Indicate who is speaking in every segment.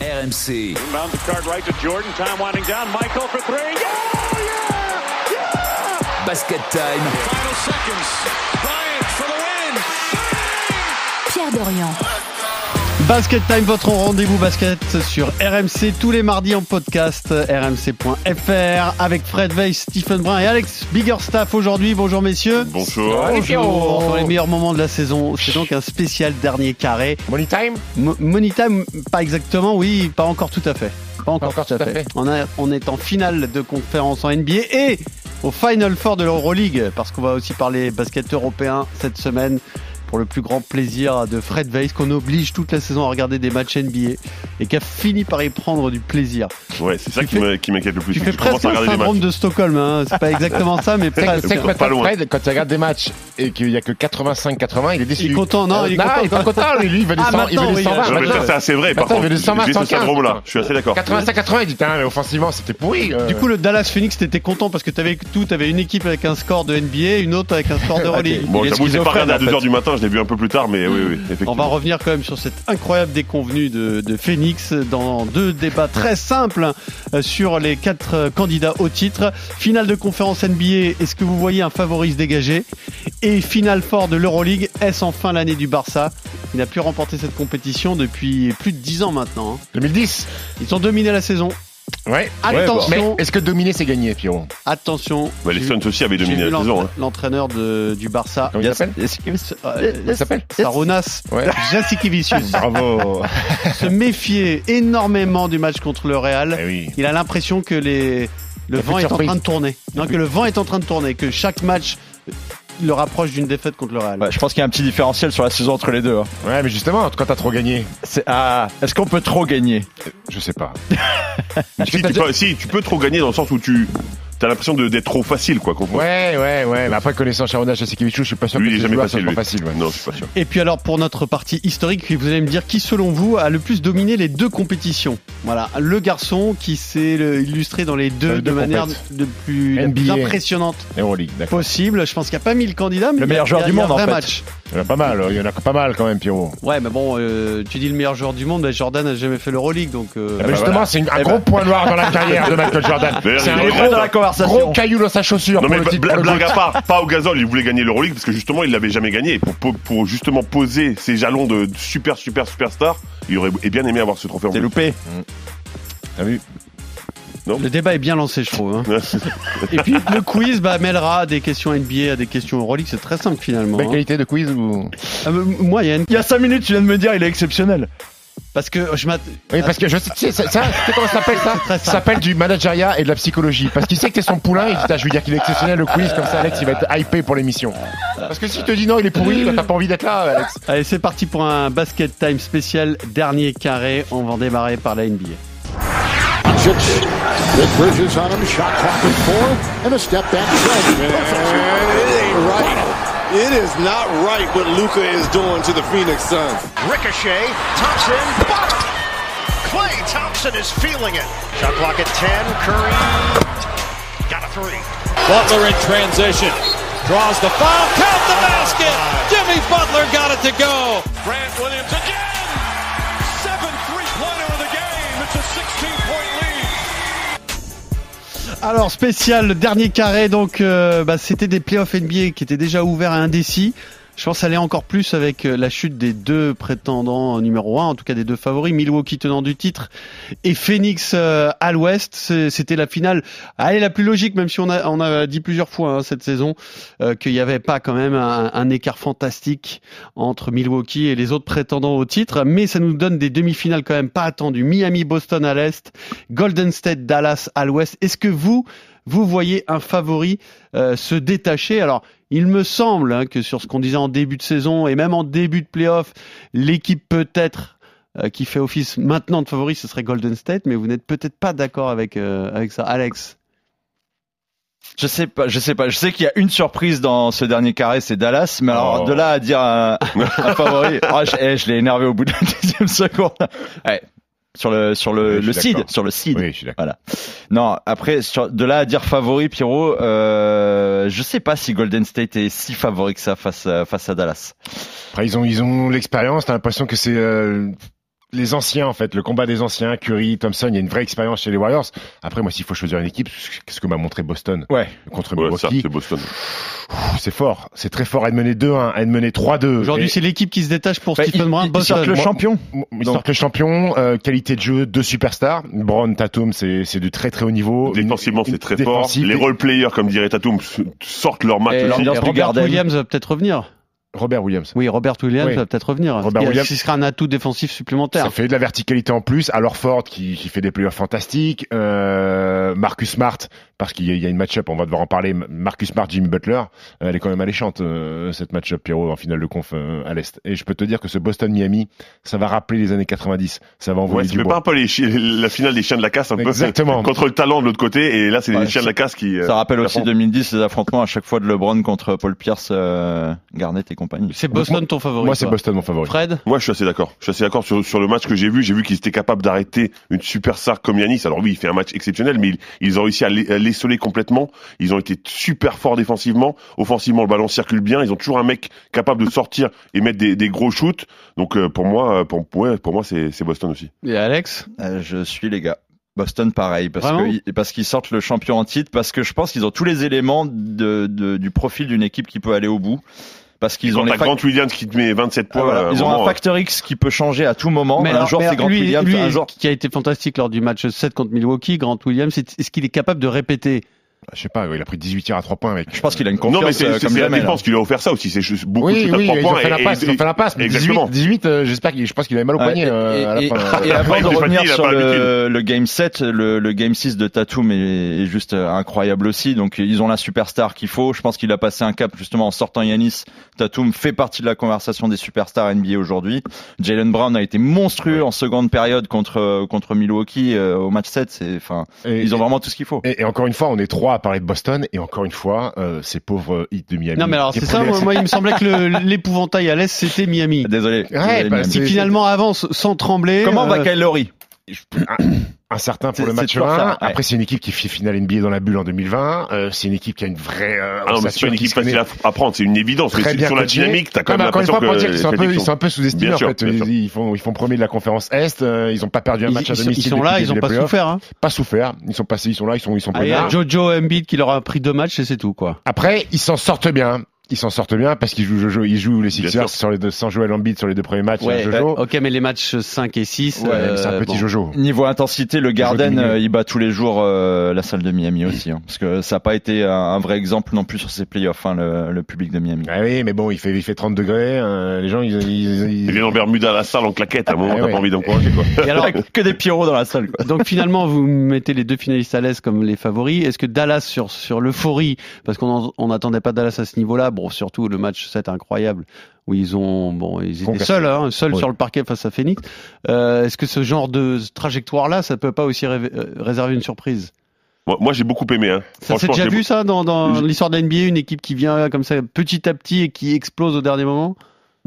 Speaker 1: RMC.
Speaker 2: Inbound the card right to Jordan. Time winding down. Michael for three. Oh, yeah! Yeah!
Speaker 1: Basket Time.
Speaker 3: Final seconds. Bryant for the
Speaker 4: Pierre
Speaker 3: win.
Speaker 4: Dorian.
Speaker 5: Basket Time, votre rendez-vous basket sur RMC tous les mardis en podcast euh, rmc.fr avec Fred Veil, Stephen Brun et Alex Biggerstaff aujourd'hui. Bonjour messieurs.
Speaker 6: Bonjour.
Speaker 5: Bonjour. Dans les meilleurs moments de la saison, c'est donc un spécial dernier carré.
Speaker 7: Money time
Speaker 5: Mo- Money Time, pas exactement, oui, pas encore tout à fait. Pas encore, tout, à fait. On, a- on est en finale de conférence en NBA et au Final Four de l'Euroleague, parce qu'on va aussi parler basket européen cette semaine, pour le plus grand plaisir de Fred Weiss, qu'on oblige toute la saison à regarder des matchs NBA et qui a fini par y prendre du plaisir.
Speaker 6: Ouais, c'est ça
Speaker 5: Tu
Speaker 6: qui
Speaker 5: fais-
Speaker 6: me- qui m'inquiète le plus.
Speaker 5: Tu
Speaker 6: c'est
Speaker 5: fais
Speaker 6: que je commence
Speaker 5: presque
Speaker 6: à
Speaker 5: le
Speaker 6: regarder les
Speaker 5: syndrome
Speaker 6: matchs.
Speaker 5: de Stockholm, hein. c'est pas exactement ça, mais
Speaker 7: C'est que-
Speaker 5: presque.
Speaker 7: c'est que
Speaker 6: Pas
Speaker 7: maintenant,
Speaker 6: loin.
Speaker 7: Fred, quand il regarde des matchs et qu'il n'y a que 85-80, il est déçu.
Speaker 5: Il est content, non, il est content.
Speaker 7: il est pas content, lui, lui, il veut du
Speaker 5: Ah,
Speaker 7: 100, il veut
Speaker 5: maintenant,
Speaker 7: du
Speaker 5: oui,
Speaker 7: 120,
Speaker 5: je
Speaker 6: Non, mais
Speaker 5: vais
Speaker 6: ça,
Speaker 7: maintenant.
Speaker 6: c'est assez vrai, par
Speaker 7: Attends,
Speaker 6: contre.
Speaker 7: mais le
Speaker 6: J'ai
Speaker 7: 120,
Speaker 6: ce
Speaker 7: 115,
Speaker 6: syndrome-là.
Speaker 7: putain.
Speaker 6: Je suis assez d'accord.
Speaker 7: 85-80, il dit, putain, mais offensivement, c'était pourri. euh.
Speaker 5: Du coup, le Dallas Phoenix, t'étais content parce que t'avais tout, t'avais une équipe avec un score de NBA, une autre avec un score de Euroleague.
Speaker 6: Ah, Bon,
Speaker 5: Il est
Speaker 6: j'avoue, j'ai pas
Speaker 5: schizophrène,
Speaker 6: regardé à
Speaker 5: en fait.
Speaker 6: 2h du matin, je l'ai vu un peu plus tard, mais oui, oui, effectivement.
Speaker 5: On va revenir quand même sur cette incroyable déconvenue de, de Phoenix dans deux débats très simples euh, sur les quatre euh, candidats au titre. Finale de conférence NBA, est-ce que vous voyez un favori se dégager Et finale fort de l'Euroleague, est-ce enfin l'année du Barça Il n'a plus remporté cette compétition depuis plus de 10 ans maintenant. hein.
Speaker 7: 2010.
Speaker 5: Ils ont dominé la saison.
Speaker 7: Ouais. Mais
Speaker 5: Attention,
Speaker 7: est-ce que dominer, c'est gagner, Pierrot
Speaker 5: attention.
Speaker 6: Bah, les
Speaker 5: J'ai-
Speaker 6: Suns aussi avaient
Speaker 5: j'ai
Speaker 6: dominé
Speaker 5: vu
Speaker 6: la
Speaker 5: l'en-
Speaker 6: saison. hein.
Speaker 5: L'entraîneur de- du Barça,
Speaker 7: Comment il s'appelle
Speaker 5: euh,
Speaker 7: Il s'appelle
Speaker 5: Sarunas
Speaker 7: Ouais.
Speaker 5: Jasikivicius.
Speaker 7: Bravo.
Speaker 5: se méfier énormément du match contre le Real.
Speaker 7: Eh oui.
Speaker 5: Il a l'impression que les... le
Speaker 7: Y a plus
Speaker 5: vent
Speaker 7: de
Speaker 5: est en
Speaker 7: surprise.
Speaker 5: train de tourner. Non, que le vent est en train de tourner, que chaque match le rapproche d'une défaite contre le Real.
Speaker 8: Ouais, je pense qu'il y a un petit différentiel sur la saison entre les deux. hein.
Speaker 7: Ouais, mais justement, quand t'as trop gagné,
Speaker 8: C'est- ah, est-ce qu'on peut trop gagner
Speaker 7: je sais pas.
Speaker 6: Si, tu peux- Si, tu peux trop gagner dans le sens où tu as l'impression de- d'être trop facile, quoi. comprends-
Speaker 7: Ouais, ouais, ouais. Mais après, connaissant Sharon Jacekiewiczou, je suis pas sûr
Speaker 6: Lui,
Speaker 7: que
Speaker 6: il est
Speaker 7: ce
Speaker 6: jamais
Speaker 7: joueur
Speaker 6: facile.
Speaker 7: soit
Speaker 6: lui.
Speaker 7: trop facile. ouais.
Speaker 6: Non, je suis pas sûr.
Speaker 5: Et puis alors pour notre partie historique, vous allez me dire qui selon vous a le plus dominé les deux compétitions. Voilà, le garçon qui s'est le- illustré dans les deux
Speaker 7: Dans les
Speaker 5: de
Speaker 7: deux
Speaker 5: manière
Speaker 7: compètes.
Speaker 5: de plus, la plus
Speaker 7: NBA.
Speaker 5: impressionnante
Speaker 7: Euroleague, d'accord.
Speaker 5: possible. Je pense qu'il n'y a pas mille candidats, mais il
Speaker 8: Le
Speaker 5: y a-
Speaker 8: meilleur joueur
Speaker 5: il y a-
Speaker 8: du
Speaker 5: il y a un
Speaker 8: monde, en
Speaker 5: vrai
Speaker 8: fait.
Speaker 5: match.
Speaker 7: Il y en a pas mal, hein. il y en a pas mal quand même, Pierrot.
Speaker 5: Ouais, mais bon, euh, tu dis le meilleur joueur du monde, mais Jordan n'a jamais fait l'Euroleague, donc. euh,
Speaker 7: Ah bah justement, c'est une- un
Speaker 8: Eh
Speaker 7: gros
Speaker 8: ben.
Speaker 7: point noir dans la carrière de Michael Jordan.
Speaker 6: D'ailleurs,
Speaker 7: C'est
Speaker 6: il
Speaker 7: un
Speaker 6: est
Speaker 7: gros,
Speaker 6: rentré
Speaker 8: dans la conversation.
Speaker 7: gros caillou dans sa chaussure.
Speaker 6: Non
Speaker 7: pour
Speaker 6: mais
Speaker 7: le
Speaker 6: bla-
Speaker 7: titre,
Speaker 6: bla-
Speaker 7: pour le
Speaker 6: blague
Speaker 7: goût.
Speaker 6: à part, pas au gazole, il voulait gagner l'Euroleague parce que justement il l'avait jamais gagné. Et pour, pour, pour justement poser ses jalons de de super super superstar, il aurait bien aimé avoir ce trophée en
Speaker 8: T'es
Speaker 6: plus.
Speaker 8: loupé.
Speaker 7: T'as vu
Speaker 5: Le débat est bien lancé, je trouve. hein. Et puis le quiz bah, mêlera des questions NBA à des questions Euroleague, c'est très simple finalement.
Speaker 7: Belle
Speaker 5: hein.
Speaker 7: qualité de quiz ou
Speaker 5: Ah, mais moyenne,
Speaker 8: Il y a 5 minutes, tu viens de me dire, il est exceptionnel.
Speaker 5: parce que je m'att-
Speaker 7: Oui, parce que je sais, tu sais, ça, ça, tu sais comment ça s'appelle ça
Speaker 5: très
Speaker 7: Ça s'appelle du manageriat et de la psychologie. Parce qu'il sait que t'es son poulain, il dit, ah, je veux dire qu'il est exceptionnel le quiz, comme ça Alex il va être hypé pour l'émission. Parce que s'il te dit non, il est pourri, là, t'as pas envie d'être là, Alex.
Speaker 5: Allez, c'est parti pour un basket time spécial, dernier carré. On va en démarrer par la NBA.
Speaker 9: Six. Rick Bridges on him. Shot clock at four. And a step back seven.
Speaker 10: It is not right what Luca is doing to the Phoenix Suns.
Speaker 3: Ricochet. Thompson. Blocked. Clay Thompson is feeling it. Shot clock at 10. Curry. Got a three.
Speaker 10: Butler in transition. Draws the foul. Count the basket. Jimmy Butler got it to go. Grant Williams again. Seven three-pointer of the game. It's a 16-point lead.
Speaker 5: Alors spécial, le dernier carré, donc euh, bah, c'était des playoffs NBA qui étaient déjà ouverts à indécis. Je pense aller encore plus avec euh, la chute des deux prétendants euh, numéro un, en tout cas des deux favoris, Milwaukee tenant du titre et Phoenix euh, à l'ouest. C'est- C'était la finale, allez la plus logique, même si on a, on a dit plusieurs fois hein, cette saison euh, qu'il n'y avait pas quand même un, un écart fantastique entre Milwaukee et les autres prétendants au titre. Mais ça nous donne des demi-finales quand même pas attendues. Miami-Boston à l'est, Golden State Dallas à l'ouest. Est-ce que vous, vous voyez un favori euh, se détacher Alors, il me semble hein, que sur ce qu'on disait en début de saison et même en début de playoff, l'équipe peut-être euh, qui fait office maintenant de favori, ce serait Golden State, mais vous n'êtes peut-être pas d'accord avec, euh, avec ça. Alex
Speaker 8: Je sais pas, je sais pas. Je sais qu'il y a une surprise dans ce dernier carré, c'est Dallas. Mais alors,
Speaker 7: Oh.
Speaker 8: de là à dire un, un favori, Ah, je, eh, je l'ai énervé au bout de la dixième seconde. Ouais, sur le, sur
Speaker 7: Oui,
Speaker 8: le,
Speaker 7: je suis
Speaker 8: le seed,
Speaker 7: d'accord.
Speaker 8: sur le seed.
Speaker 7: Oui, je suis d'accord.
Speaker 8: Non, après, sur, de là à dire favori, Pierrot, euh, je sais pas si Golden State est si favori que ça face à, face à Dallas.
Speaker 7: Après, ils ont, ils ont l'expérience, t'as l'impression que c'est, euh, les anciens, en fait, le combat des anciens, Curry, Thompson, il y a une vraie expérience chez les Warriors. Après, moi, s'il faut choisir une équipe, ce que m'a montré Boston
Speaker 8: Ouais.
Speaker 7: contre
Speaker 6: Ouais, certes,
Speaker 7: Milwaukee,
Speaker 6: c'est Boston.
Speaker 7: c'est fort, c'est très fort. Elle menait 2-1, elle menait 3-2.
Speaker 5: Aujourd'hui,
Speaker 7: Et-
Speaker 5: c'est l'équipe qui se détache pour
Speaker 8: Bah,
Speaker 5: Stephen
Speaker 8: il-
Speaker 5: Brown.
Speaker 8: il- il
Speaker 5: Boston.
Speaker 8: sort le
Speaker 5: Moi-
Speaker 8: champion.
Speaker 7: Il sort que champion, euh, qualité de jeu, deux superstars. Brown, Tatum, c'est c'est du très très haut niveau.
Speaker 6: Défensivement, c'est très fort.
Speaker 7: Défensif.
Speaker 6: Les role players, comme dirait Tatum, s- sortent leur match
Speaker 8: Et
Speaker 6: aussi.
Speaker 8: l'ambiance-
Speaker 5: Et Robert
Speaker 8: Garden.
Speaker 5: Williams va peut-être revenir.
Speaker 7: Robert Williams.
Speaker 5: Oui, Robert Williams
Speaker 7: Oui.
Speaker 5: va peut-être revenir.
Speaker 7: Robert
Speaker 5: Il y a-
Speaker 7: Williams.
Speaker 5: Ce sera un atout défensif
Speaker 7: Ça
Speaker 5: supplémentaire.
Speaker 7: fait de la verticalité en plus. Alors Ford qui, qui fait des playoffs fantastiques. Euh, Marcus Smart, parce qu'il y, a- il y a une match-up, on va devoir en parler. M- Marcus Smart, Jimmy Butler, elle est quand même alléchante euh, cette match-up, Pierrot, en finale de conf euh, à l'Est. Et je peux te dire que ce Boston-Miami, ça va rappeler les années 90. Ça va
Speaker 6: Ouais,
Speaker 7: envoyer
Speaker 6: ça
Speaker 7: du
Speaker 6: fait
Speaker 7: bois.
Speaker 6: pas un peu les chi- la finale des chiens de la casse un peu
Speaker 7: Exactement.
Speaker 6: contre le talent de l'autre côté et là c'est
Speaker 8: Ouais,
Speaker 6: les chiens de la casse qui euh,
Speaker 8: Ça rappelle aussi
Speaker 6: Japon.
Speaker 8: 2010 les affrontements à chaque fois de LeBron contre Paul Pierce, euh, Garnett et compagnie.
Speaker 5: C'est Boston ton favori.
Speaker 7: Moi, c'est
Speaker 5: toi.
Speaker 7: Boston mon favori.
Speaker 5: Fred
Speaker 6: Moi, je suis assez d'accord. Je suis assez d'accord sur, sur le match que j'ai vu. J'ai vu qu'ils étaient capables d'arrêter une superstar comme Yanis. Alors oui, il fait un match exceptionnel, mais ils, ils ont réussi à l'é- à l'essoler complètement. Ils ont été super forts défensivement. Offensivement, le ballon circule bien. Ils ont toujours un mec capable de sortir et mettre des, des gros shoots. Donc euh, pour moi, euh, pour, ouais, pour moi, c'est c'est Boston aussi.
Speaker 5: et Alex.
Speaker 8: Euh, je suis les gars. Boston, pareil, parce
Speaker 5: Vraiment
Speaker 8: que parce qu'ils sortent le champion en titre, parce que je pense qu'ils ont tous les éléments de, de- du profil d'une équipe qui peut aller au bout, parce qu'ils ont
Speaker 6: Quand
Speaker 8: les
Speaker 6: t'as
Speaker 8: fac-
Speaker 6: Grant Williams qui te met 27
Speaker 8: Ah,
Speaker 6: points,
Speaker 8: voilà.
Speaker 6: euh,
Speaker 8: ils ont
Speaker 6: vraiment,
Speaker 8: un facteur X qui peut changer à tout
Speaker 7: Oh,
Speaker 8: moment. un
Speaker 5: alors,
Speaker 8: jour c'est Grant
Speaker 5: lui,
Speaker 8: Williams,
Speaker 5: lui,
Speaker 8: un jour
Speaker 5: qui a été fantastique lors du match 7 contre Milwaukee, Grant Williams, c'est- est-ce qu'il est capable de répéter
Speaker 7: Bah, Je sais pas, ouais, il a pris 18 tirs à 3 points avec.
Speaker 8: je pense qu'il a une
Speaker 6: euh,
Speaker 8: confiance
Speaker 6: Non, mais
Speaker 8: euh,
Speaker 6: c'est c'est-
Speaker 8: comme
Speaker 6: c'est la
Speaker 8: jamais, là.
Speaker 6: défense qui lui a offert ça aussi. C'est juste beaucoup de
Speaker 7: Oui,
Speaker 6: shoots à
Speaker 7: oui,
Speaker 6: trois
Speaker 7: ils ont
Speaker 6: points
Speaker 7: fait la
Speaker 6: et-
Speaker 7: passe,
Speaker 6: et-
Speaker 7: ils ont fait la passe. Mais 18,
Speaker 6: Exactement.
Speaker 7: 18 euh, j'espère qu'il, je pense qu'il avait mal au
Speaker 8: Ouais,
Speaker 7: poignet.
Speaker 8: et-
Speaker 7: euh, à la
Speaker 8: et- et-
Speaker 7: fin.
Speaker 8: et avant
Speaker 6: Ouais, il
Speaker 8: de
Speaker 6: était
Speaker 8: revenir
Speaker 6: fatigué, il a
Speaker 8: sur
Speaker 6: pas
Speaker 8: le, le game 7, le, le game 6 de Tatum est, est juste euh, incroyable aussi. Donc ils ont la superstar qu'il faut. Je pense qu'il a passé un cap justement en sortant Yanis. Tatum fait partie de la conversation des superstars NBA aujourd'hui. Jalen Brown a été monstrueux en seconde période contre euh, contre Milwaukee euh, au match 7. C'est enfin
Speaker 7: euh, Et-
Speaker 8: ils ont vraiment tout ce qu'il faut.
Speaker 7: Et, et encore une fois, on est trois à parler de Boston, et encore une fois, euh, ces pauvres hits de Miami.
Speaker 5: Non, mais alors
Speaker 7: Eh Des
Speaker 5: c'est ça,
Speaker 7: premiers-
Speaker 5: moi, moi, il me semblait que le- l'épouvantail à l'Est, c'était Miami.
Speaker 8: Désolé. Désolé,
Speaker 7: bah,
Speaker 8: Miami.
Speaker 7: c'est-
Speaker 5: Qui finalement avance sans trembler.
Speaker 8: Comment va
Speaker 5: euh,
Speaker 8: Kylori
Speaker 7: un certain pour
Speaker 8: C'est-
Speaker 7: le match
Speaker 8: c'est
Speaker 7: 1.
Speaker 8: toujours ça, ouais.
Speaker 7: Après, c'est une équipe qui fait finale NBA dans la bulle en 2020. euh, c'est une équipe qui a une vraie. euh,
Speaker 6: Ah non, mais c'est
Speaker 7: ossature,
Speaker 6: pas une
Speaker 7: qui
Speaker 6: équipe
Speaker 7: se connaît
Speaker 6: facile à, à prendre, c'est une évidence. Mais
Speaker 7: très
Speaker 6: c'est-
Speaker 7: bien
Speaker 6: sur la
Speaker 7: coachée.
Speaker 6: dynamique, t'as
Speaker 7: Ouais,
Speaker 6: quand
Speaker 7: mais
Speaker 6: même
Speaker 7: encore une
Speaker 6: l'impression
Speaker 7: fois,
Speaker 6: que
Speaker 7: faut dire qu'ils sont un peu,
Speaker 6: les
Speaker 7: ils sont un peu sous-estimés
Speaker 6: Bien
Speaker 7: en
Speaker 6: sûr,
Speaker 7: fait.
Speaker 6: bien sûr.
Speaker 7: Ils, ils font, ils font premier de la conférence Est. euh, ils ont pas perdu un
Speaker 5: ils,
Speaker 7: match à
Speaker 5: ils sont-
Speaker 7: domicile.
Speaker 5: ils sont
Speaker 7: depuis
Speaker 5: là, ils
Speaker 7: le début
Speaker 5: ont
Speaker 7: des
Speaker 5: pas
Speaker 7: playoffs.
Speaker 5: souffert. Hein.
Speaker 7: Pas souffert. Ils sont passés, ils sont là, ils sont, ils sont
Speaker 5: Ah, il y a
Speaker 7: peinards.
Speaker 5: Jojo Embiid qui leur a pris deux matchs et c'est tout quoi.
Speaker 7: Après, ils s'en sortent bien. Ils s'en sortent bien parce qu'ils jouent Jojo, ils jouent les Sixers
Speaker 6: sûr. bah,
Speaker 7: sur les deux, sans Joel Embiid sur les deux premiers matchs.
Speaker 5: Ouais,
Speaker 7: Jojo.
Speaker 5: Ok, mais les matchs 5 et 6.
Speaker 8: Ouais,
Speaker 7: Euh, c'est un petit
Speaker 5: bon.
Speaker 7: Jojo.
Speaker 8: Niveau intensité, le Garden,
Speaker 7: milieu.
Speaker 8: euh, il bat tous les jours euh, la salle de Miami aussi, hein, parce que ça n'a pas été un, un vrai exemple non plus sur ces playoffs, hein, le, le public de Miami.
Speaker 7: Ah oui, mais bon, il fait, il fait 30 degrés. euh, les gens, ils, ils, ils-
Speaker 6: Ils viennent en Bermuda à la salle en claquette, à un moment,
Speaker 7: Ah
Speaker 6: t'as
Speaker 7: ouais.
Speaker 6: pas envie d'encourager, quoi.
Speaker 5: Et alors,
Speaker 8: que des pyros dans la salle. Quoi.
Speaker 5: Donc finalement, vous mettez les deux finalistes à l'aise comme les favoris. Est-ce que Dallas sur sur l'euphorie, parce qu'on en- on n'attendait pas Dallas à ce niveau-là. Bon, surtout le match 7 incroyable où ils ont bon, ils étaient
Speaker 7: Conversé.
Speaker 5: seuls, hein, seuls
Speaker 7: Ouais.
Speaker 5: sur le parquet face à Phoenix. Euh, Est-ce que ce genre de trajectoire-là, ça peut pas aussi rêver- euh, réserver une surprise
Speaker 6: Moi, moi, j'ai beaucoup aimé, hein.
Speaker 5: Ça s'est
Speaker 6: Franchement,
Speaker 5: déjà
Speaker 6: j'ai-
Speaker 5: vu ça dans, dans
Speaker 6: Je-
Speaker 5: l'histoire de la NBA, une équipe qui vient comme ça petit à petit et qui explose au dernier moment.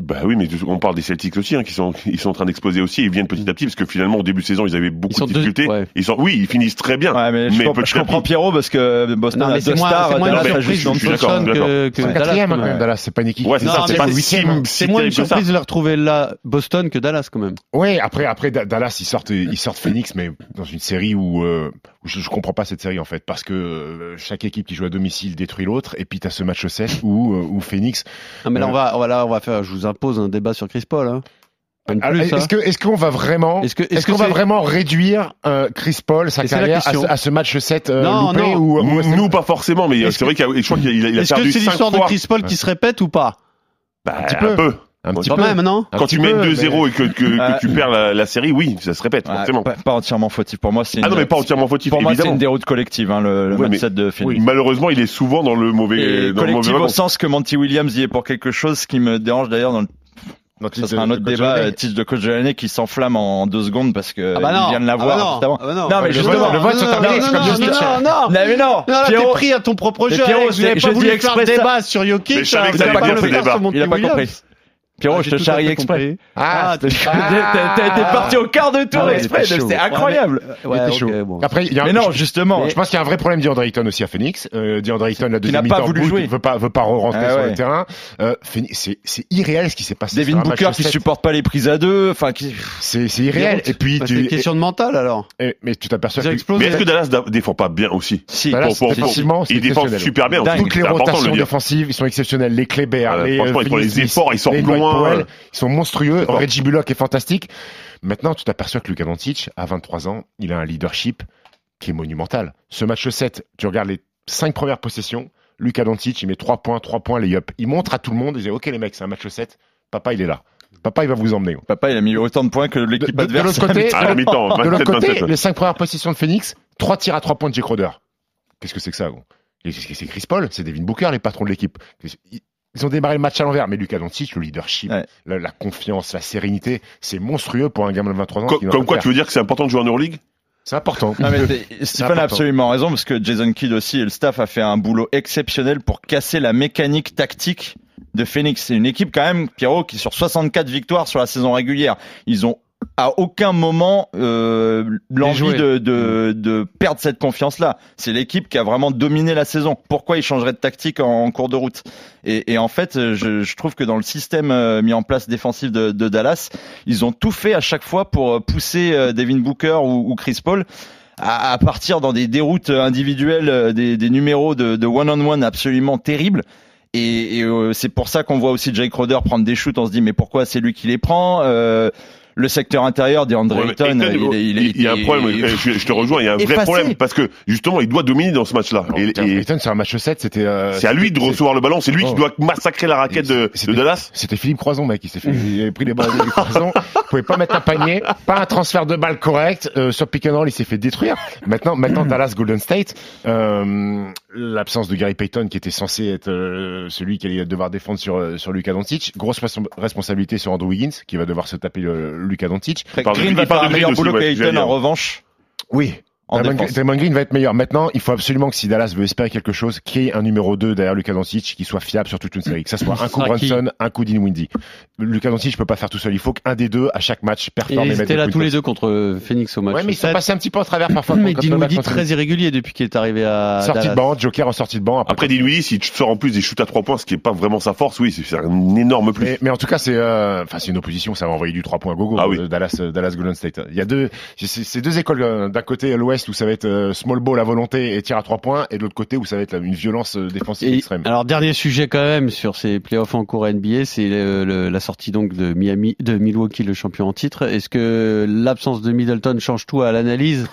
Speaker 6: Bah oui, mais on parle des Celtics aussi, hein, qui sont, ils sont en train d'exploser aussi, ils viennent petit à petit, parce que finalement, au début de saison, ils avaient beaucoup
Speaker 5: sont
Speaker 6: de
Speaker 5: deux-
Speaker 6: difficultés.
Speaker 5: ouais.
Speaker 6: Ils sont, oui, ils finissent très bien.
Speaker 8: Ouais, mais je,
Speaker 6: Mais
Speaker 8: comp-
Speaker 6: petit
Speaker 8: je
Speaker 6: à
Speaker 8: comprends
Speaker 6: petit.
Speaker 8: Pierrot parce que Boston
Speaker 5: Non,
Speaker 8: a
Speaker 5: mais c'est
Speaker 8: deux
Speaker 5: moins,
Speaker 8: stars,
Speaker 5: c'est moins
Speaker 8: Dallas
Speaker 5: une
Speaker 8: a
Speaker 6: surprise,
Speaker 8: juste
Speaker 5: surprise
Speaker 8: une
Speaker 5: de
Speaker 6: suis d'accord, je
Speaker 5: Thompson
Speaker 6: suis
Speaker 5: que, que
Speaker 7: C'est un
Speaker 5: Dallas.
Speaker 7: quatrième,
Speaker 5: quand
Speaker 7: hein, quand même,
Speaker 5: même.
Speaker 7: Dallas. C'est pas une équipe.
Speaker 6: Ouais, c'est
Speaker 5: Non,
Speaker 6: ça,
Speaker 5: mais
Speaker 6: c'est pas
Speaker 5: c'est-
Speaker 6: si,
Speaker 5: C'est
Speaker 6: si
Speaker 5: moins une
Speaker 6: terrible que ça.
Speaker 5: surprise de les retrouver là, Boston, que Dallas quand même.
Speaker 7: Ouais, après, après Da- Dallas, ils sortent, ils sortent Phoenix, mais dans une série où, euh, où je, je comprends pas cette série en fait, parce que euh, chaque équipe qui joue à domicile détruit l'autre, et puis t'as ce match 7 où, euh, où Phoenix.
Speaker 5: Non, mais là,
Speaker 7: Ouais.
Speaker 5: on va, voilà, on va faire, je vous impose un débat sur Chris Paul. Hein. Pas de
Speaker 7: Alors,
Speaker 5: plus, hein.
Speaker 7: Ah, Est-ce que est-ce qu'on va vraiment
Speaker 5: Est-ce que, est-ce
Speaker 7: est-ce
Speaker 5: que
Speaker 7: qu'on va
Speaker 5: c'est-
Speaker 7: vraiment réduire euh, Chris Paul sa
Speaker 5: Et c'est la
Speaker 7: carrière à
Speaker 5: question.
Speaker 7: ce, à ce match 7 euh,
Speaker 5: Non,
Speaker 7: loupé
Speaker 5: non.
Speaker 7: ou, ou est-ce que-
Speaker 6: Nous, pas forcément, mais euh,
Speaker 5: Est-ce
Speaker 6: c'est vrai qu'il a, je crois qu'il a, il a
Speaker 5: est-ce que
Speaker 6: perdu
Speaker 5: c'est
Speaker 6: 5
Speaker 5: l'histoire de
Speaker 6: fois.
Speaker 5: Chris Paul qui se répète ou pas
Speaker 6: Bah,
Speaker 7: petit
Speaker 6: un
Speaker 7: peu.
Speaker 6: peu.
Speaker 7: un petit
Speaker 5: Quand
Speaker 7: peu
Speaker 5: même, non
Speaker 7: Un
Speaker 6: Quand
Speaker 7: petit
Speaker 6: tu mènes
Speaker 7: peu,
Speaker 6: 2-0 et que, que,
Speaker 8: Ouais.
Speaker 6: que tu perds la, la série, oui, ça se répète,
Speaker 8: Ouais,
Speaker 6: forcément.
Speaker 8: pas, pas entièrement fautif. Pour moi, c'est une,
Speaker 6: Ah non, mais pas entièrement fautif,
Speaker 8: pour moi, c'est
Speaker 6: évidemment.
Speaker 8: une déroute collective, hein, le, le
Speaker 6: Ouais,
Speaker 8: match
Speaker 6: mais-
Speaker 8: set de Phoenix.
Speaker 6: Oui. Malheureusement, il est souvent dans le mauvais,
Speaker 8: Et
Speaker 6: dans le mauvais
Speaker 8: collective au
Speaker 6: moment.
Speaker 8: sens que Monty Williams y est pour quelque chose, ce qui me dérange d'ailleurs dans le
Speaker 7: Dans le
Speaker 8: Ça
Speaker 7: titre
Speaker 8: sera un
Speaker 7: de-
Speaker 8: autre
Speaker 7: de coach
Speaker 8: débat,
Speaker 7: O'Leary.
Speaker 8: euh, titre de coach de l'année qui s'enflamme en deux secondes parce que il vient de l'avoir
Speaker 5: Ah
Speaker 8: juste avant.
Speaker 5: bah non, ah bah
Speaker 8: Non, mais
Speaker 5: Le
Speaker 8: justement,
Speaker 5: vote-
Speaker 7: le vote sur
Speaker 5: non,
Speaker 7: ta
Speaker 5: non,
Speaker 7: blague,
Speaker 5: non,
Speaker 7: c'est comme
Speaker 5: non,
Speaker 7: Justin.
Speaker 5: non, non, non.
Speaker 8: Non, mais non,
Speaker 5: Non, là, t'es
Speaker 8: Pierrot,
Speaker 5: pris à ton propre
Speaker 8: Mais
Speaker 5: jeu.
Speaker 8: Pierrot,
Speaker 5: Alex. Vous
Speaker 8: c'est-
Speaker 5: n'avez
Speaker 8: je
Speaker 5: pas
Speaker 8: dis
Speaker 5: voulu faire
Speaker 8: exprès ça.
Speaker 5: débat sur
Speaker 6: Mais
Speaker 5: Jokic.
Speaker 6: je savais
Speaker 5: alors
Speaker 6: que
Speaker 5: vous
Speaker 6: t'avais
Speaker 5: avez
Speaker 6: pas
Speaker 5: voulu
Speaker 6: compris
Speaker 5: faire
Speaker 6: le débat.
Speaker 5: sur Monty
Speaker 8: il a pas
Speaker 5: Williams.
Speaker 8: compris. Pierrot, je te charrie exprès. Ah, t'es
Speaker 7: Ah,
Speaker 8: parti au quart de tour exprès. C'est incroyable.
Speaker 7: Après, il y a
Speaker 8: Mais
Speaker 7: un-
Speaker 8: non,
Speaker 7: je-
Speaker 8: justement.
Speaker 7: Je pense qu'il y a un vrai problème d'Andre Ayton aussi à Phoenix. Euh, DeAndre Ayton, la deuxième
Speaker 8: n'a pas
Speaker 7: mi-temps,
Speaker 8: voulu
Speaker 7: bout,
Speaker 8: jouer.
Speaker 7: il veut pas, veut pas rentrer
Speaker 8: Ah
Speaker 7: sur
Speaker 8: ouais.
Speaker 7: le terrain. Euh, Phoenix, c'est, c'est irréel ce qui s'est passé.
Speaker 8: Devin
Speaker 7: sur un match
Speaker 8: Booker
Speaker 7: de
Speaker 8: qui
Speaker 7: sept.
Speaker 8: supporte pas les prises à deux. Enfin, qui-
Speaker 7: C'est, c'est irréel.
Speaker 5: Déroute.
Speaker 7: Et puis,
Speaker 5: Bah, c'est
Speaker 7: tu,
Speaker 5: une question de mental alors.
Speaker 7: et- et- mais tu t'aperçois
Speaker 5: Ils ont
Speaker 7: que
Speaker 5: explosé.
Speaker 6: Mais est-ce que Dallas da- défend pas bien aussi
Speaker 8: si.
Speaker 7: Dallas,
Speaker 6: Pour- pour-
Speaker 7: défensivement,
Speaker 6: pour-
Speaker 7: c'est
Speaker 6: Ils défendent
Speaker 7: exceptionnel.
Speaker 6: super bien.
Speaker 8: Dingue.
Speaker 6: C'est
Speaker 7: toutes les
Speaker 6: Ah, important de
Speaker 7: rotations
Speaker 6: le dire.
Speaker 7: défensives, ils sont exceptionnels. Les Kléber,
Speaker 6: Ah,
Speaker 7: les
Speaker 6: franchement,
Speaker 7: euh,
Speaker 6: ils font les
Speaker 7: Finney-Smith,
Speaker 6: efforts, ils sortent
Speaker 7: les
Speaker 6: loin.
Speaker 7: Dwight Powell, ils sont monstrueux.
Speaker 6: fort.
Speaker 7: Reggie Bullock est fantastique. Maintenant, tu t'aperçois que Luka Doncic, à 23 ans, il a un leadership qui est monumental. Ce match 7, tu regardes les 5 premières possessions, Luka Doncic, il met 3 points, 3 points, les up. Il montre à tout le monde, il dit OK les mecs, c'est un match 7, papa il est là. Papa il va vous emmener.
Speaker 8: Papa, il a mis autant de points que
Speaker 7: De,
Speaker 8: l'équipe
Speaker 7: de- de
Speaker 8: adverse.
Speaker 7: l'autre côté,
Speaker 6: À la mi-temps,
Speaker 7: de l'autre côté,
Speaker 6: 27-27.
Speaker 7: les 5 premières possessions de Phoenix, 3 tirs à 3 points de Jake Roder. Qu'est-ce que c'est que ça gros Et C'est c'est Chris Paul, c'est Devin Booker, les patrons de l'équipe. Ils- Ils ont démarré le match à l'envers, mais Lucas Doncic, le leadership,
Speaker 8: Ouais.
Speaker 7: la, la confiance, la sérénité, c'est monstrueux pour un gamin de 23 ans.
Speaker 6: Co-
Speaker 7: qui n'en
Speaker 6: Comme
Speaker 7: peut
Speaker 6: quoi,
Speaker 7: faire.
Speaker 6: tu Ah, veux dire que c'est important de jouer en Euroleague
Speaker 7: C'est important.
Speaker 8: Non, mais t'es- Stephen a
Speaker 7: important.
Speaker 8: absolument raison parce que Jason Kidd aussi et le staff a fait un boulot exceptionnel pour casser la mécanique tactique de Phoenix. C'est une équipe quand même, Pierrot, qui sur 64 victoires sur la saison régulière, ils ont à aucun moment euh, l'envie
Speaker 5: Déjoué.
Speaker 8: de, de, de perdre cette confiance-là. C'est l'équipe qui a vraiment dominé la saison. Pourquoi ils changeraient de tactique en, en cours de route et, et en fait, euh, je, je trouve que dans le système euh, mis en place défensif de, de Dallas, ils ont tout fait à chaque fois pour euh, pousser euh, Devin Booker ou, ou Chris Paul à, à partir dans des déroutes individuelles, euh, des, des numéros de de one-on-one absolument terribles. Et, et, euh, c'est pour ça qu'on voit aussi Jake Crowder prendre des shoots. On se dit mais pourquoi c'est lui qui les prend Euh, Le secteur intérieur des Andre
Speaker 6: Ouais, mais
Speaker 8: Ayton, euh,
Speaker 6: Ayton,
Speaker 8: il, est- il, est-
Speaker 6: il y a un
Speaker 8: il est-
Speaker 6: problème. Eh, Je je te rejoins, il y a un vrai
Speaker 8: effacé.
Speaker 6: problème parce que justement, il doit dominer dans ce match-là.
Speaker 7: Alors,
Speaker 6: Et-
Speaker 7: putain,
Speaker 6: et
Speaker 7: Ayton, c'est un match 7, c'était. euh,
Speaker 6: C'est à lui de
Speaker 7: c'était-
Speaker 6: recevoir le ballon, c'est lui
Speaker 7: Oh.
Speaker 6: qui doit massacrer la raquette
Speaker 7: Et
Speaker 6: de,
Speaker 7: c'est-
Speaker 6: de Dallas.
Speaker 7: C'était Philippe Croison, mec. Il s'est fait, il avait pris les balles de Philippe Croison. Il pouvait pas mettre un panier, pas un transfert de balle correct. euh, sur pick and roll, il s'est fait détruire. Maintenant, maintenant Dallas Golden State, euh, l'absence de Gary Payton qui était censé être euh, celui qui allait devoir défendre sur euh, sur Luka Doncic, grosse respons- responsabilité sur Andrew Wiggins qui va devoir se taper euh, Luka Doncic.
Speaker 8: Fait que
Speaker 6: Pardon,
Speaker 8: Green
Speaker 6: il
Speaker 8: va
Speaker 6: parle
Speaker 8: faire un
Speaker 6: de
Speaker 8: meilleur
Speaker 6: Green aussi,
Speaker 8: boulot
Speaker 6: ouais, j'allais
Speaker 8: qu'Ayton en
Speaker 6: dire.
Speaker 8: revanche
Speaker 7: Oui.
Speaker 8: en
Speaker 5: Ah,
Speaker 7: Draymond Green-
Speaker 8: défense.
Speaker 7: Draymond Green va être meilleur. Maintenant, il faut absolument que si Dallas veut espérer quelque chose, qu'il y ait un numéro 2 derrière Luka Doncic qui soit fiable sur toute une série. Que ça soit un coup
Speaker 5: sera qui
Speaker 7: Brunson, un coup Dinwiddie. Luka Doncic, je peux pas faire tout seul. Il faut qu'un des deux, à chaque match,
Speaker 5: Et
Speaker 7: performe et,
Speaker 5: ils
Speaker 7: mette
Speaker 5: étaient là
Speaker 7: coups
Speaker 5: tous
Speaker 7: de
Speaker 5: les deux contre Phoenix au
Speaker 7: poing.
Speaker 5: match.
Speaker 7: Ouais, mais ils sont
Speaker 5: sept.
Speaker 7: passés un petit peu en travers parfois.
Speaker 5: Mais
Speaker 7: quand- quand le match
Speaker 5: Dinwiddie
Speaker 7: continue.
Speaker 5: très irrégulier depuis qu'il est arrivé à
Speaker 7: Sortie de
Speaker 5: Dallas. Ah,
Speaker 7: banc, Joker en sortie de banc.
Speaker 6: Après Dinwiddie, si tu te sors en plus des shoots à trois points, ce qui est pas vraiment sa force, oui, c'est c'est un énorme plus.
Speaker 7: Mais, mais en tout cas, c'est euh, enfin c'est une opposition, ça va envoyer du 3 points à gogo
Speaker 6: Ah
Speaker 7: euh,
Speaker 6: oui.
Speaker 7: Dallas euh, Dallas Golden State. Il y a deux c'est c'est deux écoles euh, d'un côté l'ouest où ça va être euh, small ball à volonté et tir à 3 points et de l'autre côté où ça va être là, une violence euh, défensive
Speaker 5: Et-
Speaker 7: extrême.
Speaker 5: alors dernier sujet quand même sur ces playoffs en cours NBA, c'est euh, le- la sortie donc de Miami, de Milwaukee, le champion en titre. Est-ce que l'absence de Middleton change tout à l'analyse